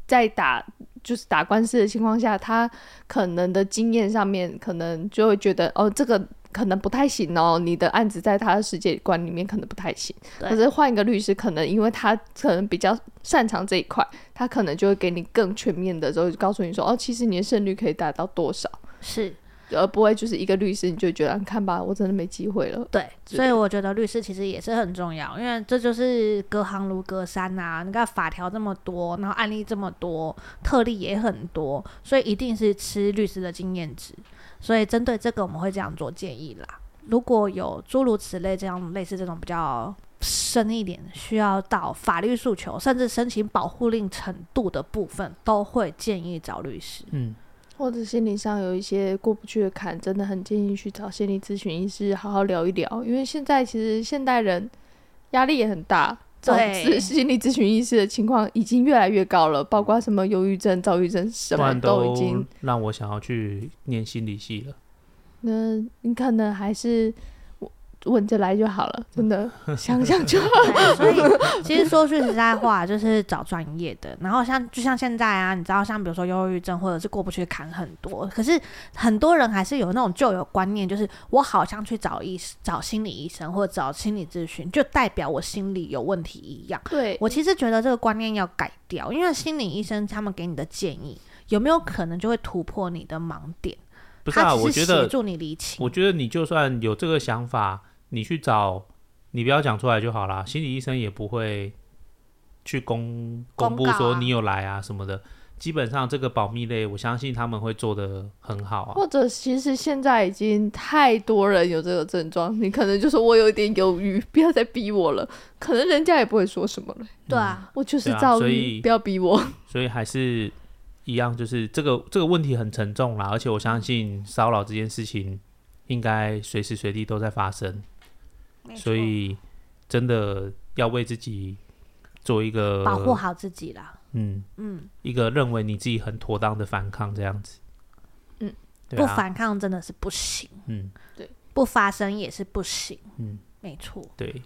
C: 在打就是打官司的情况下，他可能的经验上面可能就会觉得哦，这个可能不太行哦，你的案子在他的世界观里面可能不太行。
B: 对
C: 可是换一个律师，可能因为他可能比较擅长这一块，他可能就会给你更全面的，之后就告诉你说哦，其实你的胜率可以达到多少，
B: 是。
C: 而不会就是一个律师你就觉得啊你看吧，我真的没机会了。
B: 对，
C: 之
B: 所
C: 类
B: 以
C: 的
B: 我觉得律师其实也是很重要，因为这就是隔行如隔山呐、你看法条这么多，然后案例这么多，特例也很多，所以一定是吃律师的经验值。所以针对这个，我们会这样做建议啦。如果有诸如此类这样类似这种比较深一点，需要到法律诉求甚至申请保护令程度的部分，都会建议找律师。
A: 嗯，
C: 或者心理上有一些过不去的坎，真的很建议去找心理咨询医师好好聊一聊，因为现在其实现代人压力也很大，找
B: 对
C: 咨心理咨询医师的情况已经越来越高了，包括什么忧郁症、躁郁症，什
A: 不
C: 么
A: 然
C: 已经
A: 都。让我想要去念心理系了。
C: 那你可能还是稳着来就好了，真的想想就好。
B: 对所以其实说句实在话， 就是找专业的。然后像就像现在啊，你知道，像比如说忧郁症或者是过不去的坎很多，可是很多人还是有那种旧有观念，就是我好像去找医找心理医生或者找心理咨询，就代表我心理有问题一样。
C: 对，
B: 我其实觉得这个观念要改掉，因为心理医生他们给你的建议，有没有可能就会突破你的盲点？
A: 不是啊，
B: 他
A: 我
B: 只
A: 觉
B: 是
A: 得
B: 协助你理清。
A: 我觉得你就算有这个想法，你去找，你不要讲出来就好啦。心理医生也不会去公公
B: 公
A: 布
B: 告啊
A: 说你有来啊什么的。基本上这个保密类，我相信他们会做得很好啊。
C: 或者其实现在已经太多人有这个症状，你可能就说我有一点忧郁，不要再逼我了，可能人家也不会说什么了。
B: 对啊，
C: 我就是
A: 对啊
C: 躁
A: 所
C: 郁，
A: 以
C: 不要逼 我。
A: 所以还是一样，就是这个这个问题很沉重啦，而且我相信骚扰这件事情应该随时随地都在发生，嗯所以真的要为自己做一个
B: 保护，好自己啦。
A: 嗯，
B: 嗯，
A: 一个认为你自己很妥当的反抗这样子，
C: 嗯，
A: 对
B: 不
A: 啊，
B: 反抗真的是不行。
A: 嗯，
B: 不发声也是不行。
A: 嗯，
B: 没错。
A: 对，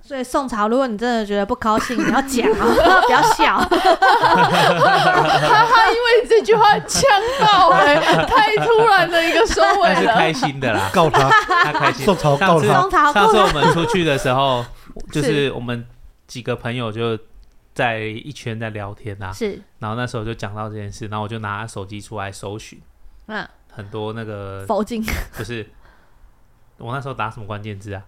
B: 所以宋朝，如果你真的觉得不高兴，你要讲 哦，不要笑。
C: 哈哈，因为你这句话呛到 哎、太突然的一个收尾
A: 但是
C: 了。
A: 开心 的
C: 啊
A: 啦
D: 告他，
A: 他 开心
D: 宋。朝
A: 上
D: 告
A: 次
D: 他，
B: 宋朝
A: 上次
B: 过
A: 我们出去的时 候，就是是我们几个朋友就在一圈在聊天啊，
B: 是，
A: 然后那时候就讲到这件事，然后我就拿手机出来搜寻
B: 嗯，
A: 很多 那个，
B: 佛经
A: 不是我那时候打什么关键字啊？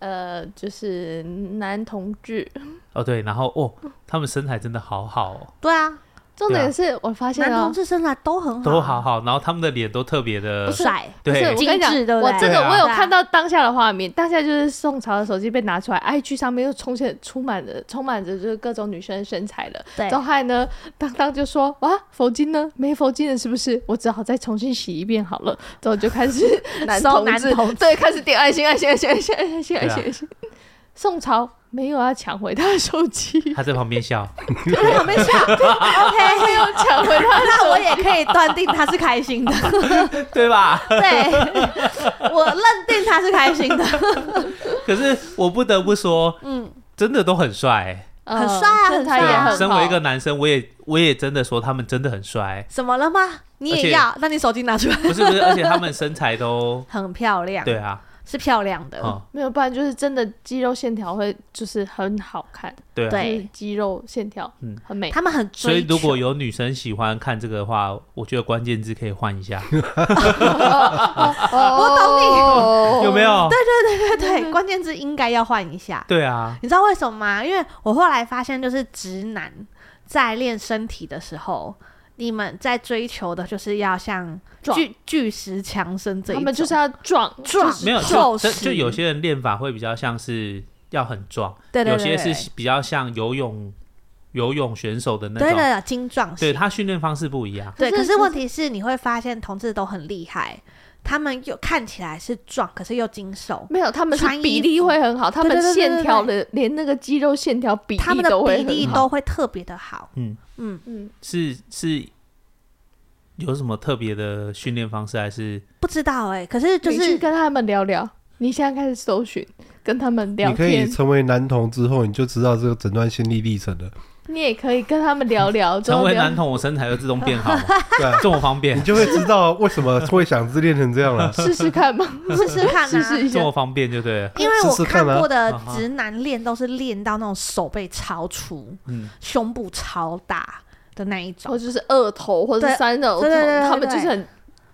C: 呃，就是男同志，
A: 哦对，然后哦，他们身材真的好好哦，
B: 对啊，
C: 重点是我发现
B: 男
C: 哦
B: 同、志身材都很好，
A: 都好好，然后他们的脸都特别的
C: 不是
B: 帅，
C: 不是
A: 对
C: 我跟你讲
B: 精致对，不对
C: 我这
A: 对
C: 个
A: 啊
C: 我有看到当下的画面，当下就是宋朝的手机被拿出来，IG 上面又充现充满着充满着就是各种女生的身材了。
B: 对
C: 周汉呢，当当就说：“哇，佛经呢？没佛经了是不是？我只好再重新洗一遍好了。”之后就开 始男
B: 搜
C: 同
B: 男
C: 志，
B: 同志
C: 对，开始点爱心，爱心，爱心，爱心，爱心，爱
A: 对啊
C: 心，爱心。宋朝没有要抢回他的手机，
A: 他在旁边笑，
B: 在旁边笑。
C: 没
B: OK，
C: 有抢回 他的
B: 那
C: 手机。
B: 我也可以断定他是开心 的，
A: 对吧？
B: 对我认定他是开心的。
A: 可是我不得不说，
B: 嗯，
A: 真的都很帅欸、
C: 呃
B: 很帅啊
C: 身材
B: 很帅
C: 也
B: 啊
C: 很好。
A: 身为一个男生，我也我也真的说他们真的很帅，
B: 怎么了吗？你
A: 而
B: 也
A: 且啊
B: 要？那你手机拿出来，
A: 不是不 是，而且他们身 材都
B: 很漂亮，
A: 对啊，
B: 是漂亮的。
A: 嗯，
C: 没有，不然就是真的肌肉线条会就是很好看，
A: 对啊。
B: 对
C: 就是肌肉线条
A: 嗯
C: 很美。
B: 他们很
A: 所
B: 追
A: 以
B: 求，
A: 如果有女生喜欢看这个的话，我觉得关键字可以换 一下，
B: 哦
C: 我懂
A: 有没？有？
B: 对对对，关键字应该要换一下。
A: 对啊，
B: 你知道为什么吗？因为我后来发现，就是直男在练身体的时候，你们在追求的就是要像
C: 壮
B: 巨巨石强森这一
C: 他
B: 种，
C: 们就是要壮
B: 壮
C: 就是
A: 没有
B: 就
A: 就就是就有些人练法会比较像是要很壮，
B: 对对对对
A: 有些是比较像游泳游泳选手的那
B: 对对
A: 种，
B: 对精壮
A: 对
B: 型。
A: 他训练方式不一样。
B: 对，
C: 可
B: 可
C: 是
B: 是问题是，你会发现同志都很厉害，他们又看起来是壮，可是又精瘦，
C: 没有，他们是
B: 穿衣服
C: 比例会很好，他们
B: 对对对对
C: 线条的连那个肌肉线条比
B: 他
C: 例
B: 们的
C: 都会
B: 比
C: 很
B: 例
C: 好。
B: 都会特别的好。
A: 嗯，
B: 嗯，
C: 嗯，
A: 是是有什么特别的训练方式，还是
B: 不知道哎、可是就
C: 你去
B: 是
C: 跟他们聊聊。你现在开始搜寻，跟他们聊
D: 你可以
C: 天，
D: 成为男童之后，你就知道这个诊断心理历程了，
C: 你也可以跟他们聊 聊。之
A: 成
C: 后
A: 为
C: 聊。
A: 男童，我身材就自动变好吗，
D: 对啊，
A: 这么方
D: 你
A: 便，
D: 就会知道为什么会想自恋成这样了
C: 试试看嘛，
B: 试试看啊，
C: 试试一
A: 这
C: 下
A: 么。方便就对了。
B: 因为我
D: 试试
B: 看
D: 看啊
B: 过的
A: 啊哈
B: 直男练都是练到那种手背超粗、
A: 嗯，
B: 胸部超大的那一种
C: 或，者是二头，或者
B: 对
C: 是三头，
B: 对对对对
C: 他们就是很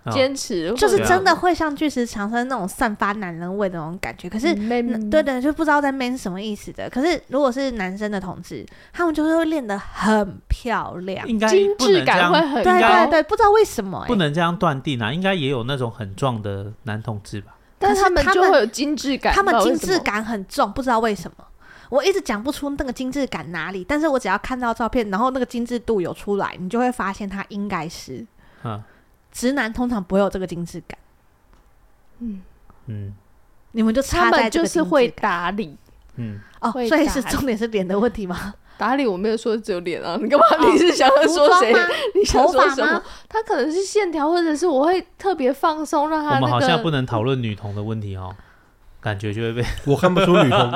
A: 啊
C: 坚持，
B: 就是
A: 对啊
B: 真的会像巨石强森那种散发男人味的那种感觉。可是，
C: 没
B: 嗯对的，就不知道在 man 是什么意思的。可是如果是男生的同志，他们就是会练得很漂亮。
A: 应该
C: 精
A: 不能
C: 致
A: 这
C: 感
A: 样
C: 会很
B: 对
A: 应
B: 对
A: 该
C: 高，
B: 对，不知道为什么、
A: 不
B: 欸，
A: 能这样断定啊，应该也有那种很壮的男同志吧？
C: 但
B: 可是
C: 他们
B: 他
C: 就
B: 们
C: 会有精致感，
B: 他们
C: 不知道
B: 精
C: 为什么
B: 致感很重，不知道为什么。我一直讲不出那个精致感哪里，但是我只要看到照片，然后那个精致度有出来，你就会发现它应该是。
A: 嗯
B: 直男通常不会有这个精致感，
C: 嗯，
A: 嗯
B: 你们就
C: 他
B: 差在这
C: 们就
B: 个
C: 是
B: 精致
C: 会
B: 感
C: 打理，
A: 嗯，
B: 哦，
C: 会
B: 所以是
C: 打
B: 重点是脸的问题吗？
C: 打理我没有说只有脸啊，你干嘛？
B: 哦
C: 你是想要
B: 服
C: 说
B: 装
C: 谁？
B: 吗？
C: 你想
B: 头
C: 说
B: 发
C: 什么
B: 吗？？
C: 他可能是线条，或者是我会特别放松，让
A: 我
C: 他
A: 们好像不
C: 那个。
A: 能讨论女童的问题哦，感觉就会被
D: 我看不出女童，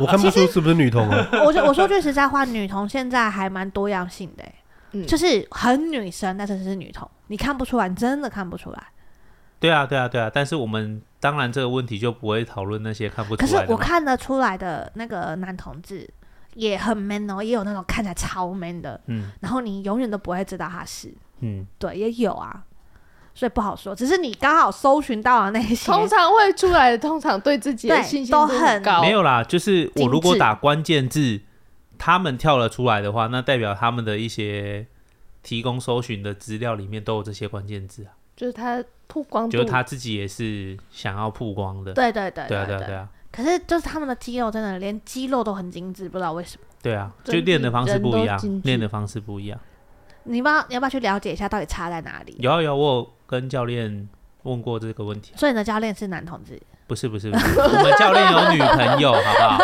D: 我看不出是不是女童啊。
B: 我就我说句实在话，女童现在还蛮多样性的欸、
C: 嗯
B: 就是很女生，但是是女童，你看不出来，你真的看不出来。
A: 对啊对啊对啊，但是我们当然这个问题就不会讨论那些看不
B: 可
A: 出
B: 是
A: 来的
B: 我
A: 嘛。
B: 看得出来的那个男同志也很 man 哦，也有那种看起来超 man 的，
A: 嗯
B: 然后你永远都不会知道他是，
A: 嗯，
B: 对，也有啊，所以不好说。只是你刚好搜寻到了那些，
C: 通常会出来的，通常对自己的
B: 对
C: 信心
B: 都
C: 度
B: 很
C: 高，
A: 没有啦，就是我如
B: 精
A: 果
B: 致
A: 打关键字，他们跳了出来的话，那代表他们的一些提供搜寻的资料里面都有这些关键字啊，
C: 就是他曝光
A: 就是
C: 度
A: 他自己也是想要曝光的。
B: 对对对
A: 对啊对
B: 对
A: 啊对啊
B: 可是就是他们的肌肉真的连肌肉都很精致，不知道为什么。
A: 对啊，
C: 真
A: 就练
C: 是
A: 的方式
C: 人
A: 不
C: 都
A: 一样
C: 精，
A: 练
C: 致
A: 的方式不一样。
B: 你要不要你要不要去了解一下到底差在哪里？
A: 有啊有啊，我有跟教练问过这个问题啊，
B: 所以你的教练是男同志，
A: 不是不是不是，我们教练有女朋友，好不好？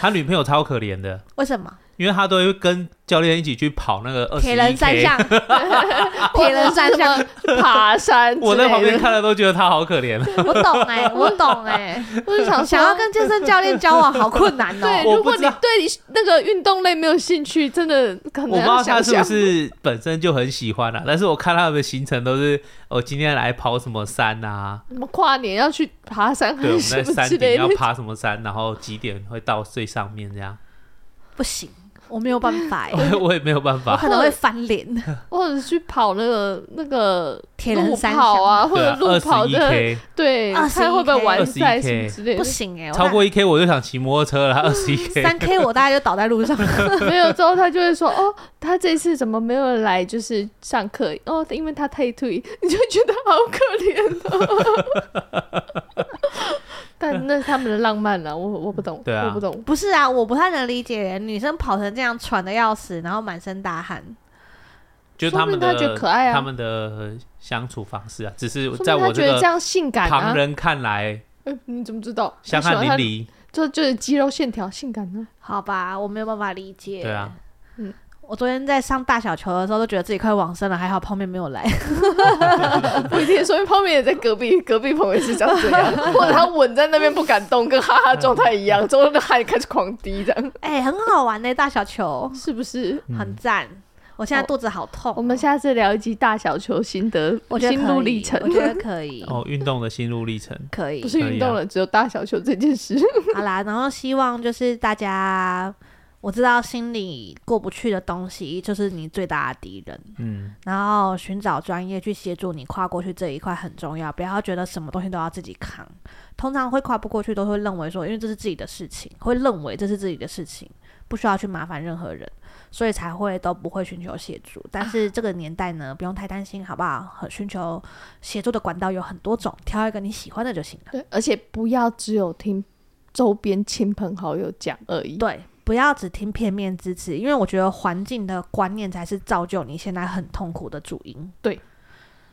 A: 他女朋友超可怜的，
B: 为什么？
A: 因为他都会跟教练一起去跑那个二十
B: 铁人
A: 一
B: 三
A: K。
B: 项，
C: 啊
B: 铁人三项，
C: 爬山之类的。
A: 我在旁边看了都觉得他好可怜，
B: 我懂哎、我懂哎、
C: 我就想说
B: 想要跟健身教练交往好困难哦、
C: 对，
A: 我
C: 如
A: 不
C: 果
A: 知
C: 你
A: 道
C: 对你那个运动类没有兴趣，真的可
A: 我
C: 能
A: 不知道
C: 要
A: 他
C: 想
A: 是不
C: 想。
A: 是本身就很喜欢啊，但是我看他们的行程都是，哦，今天来跑什么山啊？
C: 什么跨年要去爬山还
A: 对，我
C: 是
A: 们在
C: 什么
A: 山
C: 之
A: 顶
C: 类的
A: 要，爬什么山，然后几点会到最上面 这样，
B: 不行，我没有办法哎、
A: 我也我也没有办
B: 我
A: 法。
B: 可能会翻脸。
C: 或者是去跑那个那个
B: 铁人
C: 路
B: 三
C: 跑
B: 项
C: 啊，或
A: 对
C: 者
A: 啊，
C: 路
A: 二十
C: 跑哎
A: 一
C: 的，
A: K
C: 对，
B: 21K
C: 看会不会完赛什么之类
B: 不
C: 的。
B: 行哎、我
A: 超过一 K 我就想骑摩托车了，二 十一 K
B: 三 K 我大概就倒在路上。
C: 没有之后，他就会说：“哦，他这次怎么没有来？就是上课哦，因为他太退，你就觉得好可怜、哦。 但那是他们的浪漫了、我我不懂，
A: 对啊
C: 我不懂。
B: 不是啊，我不太能理解女生跑成这样，喘的要死，然后满身大汗。
A: 就是
C: 说
A: 他
C: 不
A: 们
C: 定他
A: 的
C: 觉得可爱啊
A: 他们的相处方式啊，只是
C: 说
A: 在
C: 明他
A: 我
C: 觉得
A: 这
C: 这
A: 个
C: 样性感啊
A: 旁，人看来
C: 哎你怎么知道？
A: 香
C: 你喜
A: 汗
C: 欢
A: 淋漓。
C: 他，就就是肌肉线条性感呢、啊
B: 好吧，我没有办法理解。
A: 对啊，
C: 嗯，
B: 我昨天在上大小球的时候，都觉得自己快往生了，还好泡面没有来。
C: 不一定，说明泡面也在隔壁， 隔壁朋友也是长这样， 或者他稳在那边不敢动，跟哈哈状态一
A: 嗯
C: 样，之后那汗开始狂滴，这样
B: 哎、很好玩呢、大小球
C: 是不是？
B: 很赞。我现在肚子好痛，
C: 哦我们下次聊一集大小球心得
B: 我、觉得
C: 心
B: 可
C: 路
B: 以
C: 历程
B: 我，觉得可以，
A: 哦，运动的心路历程，
B: 可以
C: 不。是运动了，只有大小球这件事。
B: 好啦，然后希望就是大家，我知道心里过不去的东西，就是你最大的敌人。
A: 嗯，
B: 然后寻找专业去协助你跨过去这一块很重要，不要觉得什么东西都要自己扛。通常会跨不过去，都会认为说，因为这是自己的事情，会认为这是自己的事情，不需要去麻烦任何人，所以才会都不会寻求协助。但是啊这个年代呢，不用太担心，好不好？很寻求协助的管道有很多种，挑一个你喜欢的就行了。
C: 对，而且不要只有听周边亲朋好友讲而已。
B: 对。不要只听片面之词，因为我觉得环境的观念才是造就你现在很痛苦的主因。
C: 对，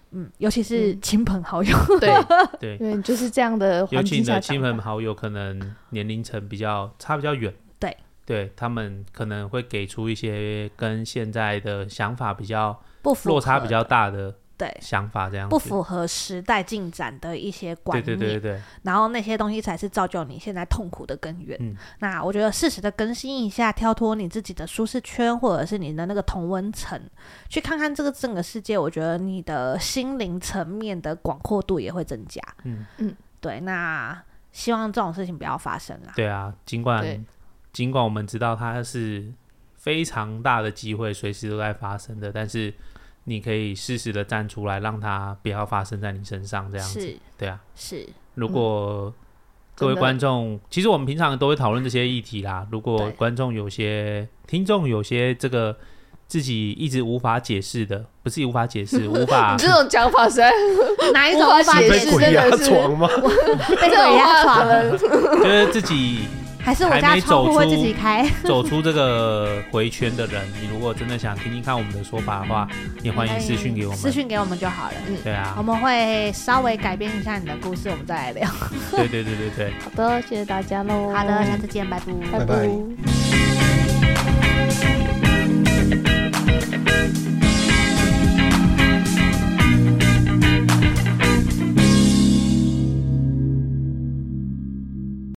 B: 嗯，尤其是
C: 嗯
B: 亲朋好友，
C: 对，
A: 对，
C: 因为你就是这样的
A: 尤
C: 环
A: 其你
C: 境下
A: 的
C: 长
A: 亲朋
C: 大。
A: 好友可能年龄层比较差比较远，
B: 对，
A: 对他们可能会给出一些跟现在的想法比较
B: 不符合
A: 落差比较大的
B: 对，
A: 想法，这样子
B: 不符合时代进展的一些观
A: 对
B: 念，
A: 对对对对，
B: 然后那些东西才是造就你现在痛苦的根源。
A: 嗯
B: 那我觉得适时的更新一下，跳脱你自己的舒适圈，或者是你的那个同温层，去看看这个整个世界，我觉得你的心灵层面的广阔度也会增加。
A: 嗯
C: 嗯，
B: 对，那希望这种事情不要发生啦。
A: 对啊，尽
C: 对
A: 管尽管我们知道它是非常大的机会，随时都在发生的，但是你可以适时的站出来，让它不要发生在你身上，这样子，
B: 是
A: 对啊。
B: 是，
A: 如果各
C: 真
A: 位
C: 的
A: 观众，其实我们平常都会讨论这些议题啦。如果
B: 对
A: 观众有些、听众有些这个自己一直无法解释的，不是无法解释，无法
C: 你这种讲法实在
B: 哪一
C: 无
B: 种
C: 法
B: 发
C: 解
D: 你
C: 释
B: 现
D: 被
C: 是
D: 鬼
C: 真
D: 压
C: 的是
D: 床吗？
B: 被鬼压床了，
A: 就是自己
B: 还是我
A: 还
B: 家
A: 没
B: 窗户
A: 走
B: 会自
A: 出
B: 己开？
A: 走出这个回圈的人，你如果真的想听听看我们的说法的话，也欢迎私讯给我
B: 私
A: 们。
B: 讯给我们就好了。
A: 对
B: 我
A: 啊，
B: 们会稍微改变一下你的故事，我们再来聊。
A: 对对对对对。
C: 好的，谢谢大家喽。
B: 好的，下
A: 嗯
B: 次见，拜拜。
D: 拜
C: 拜
D: 拜
C: 拜。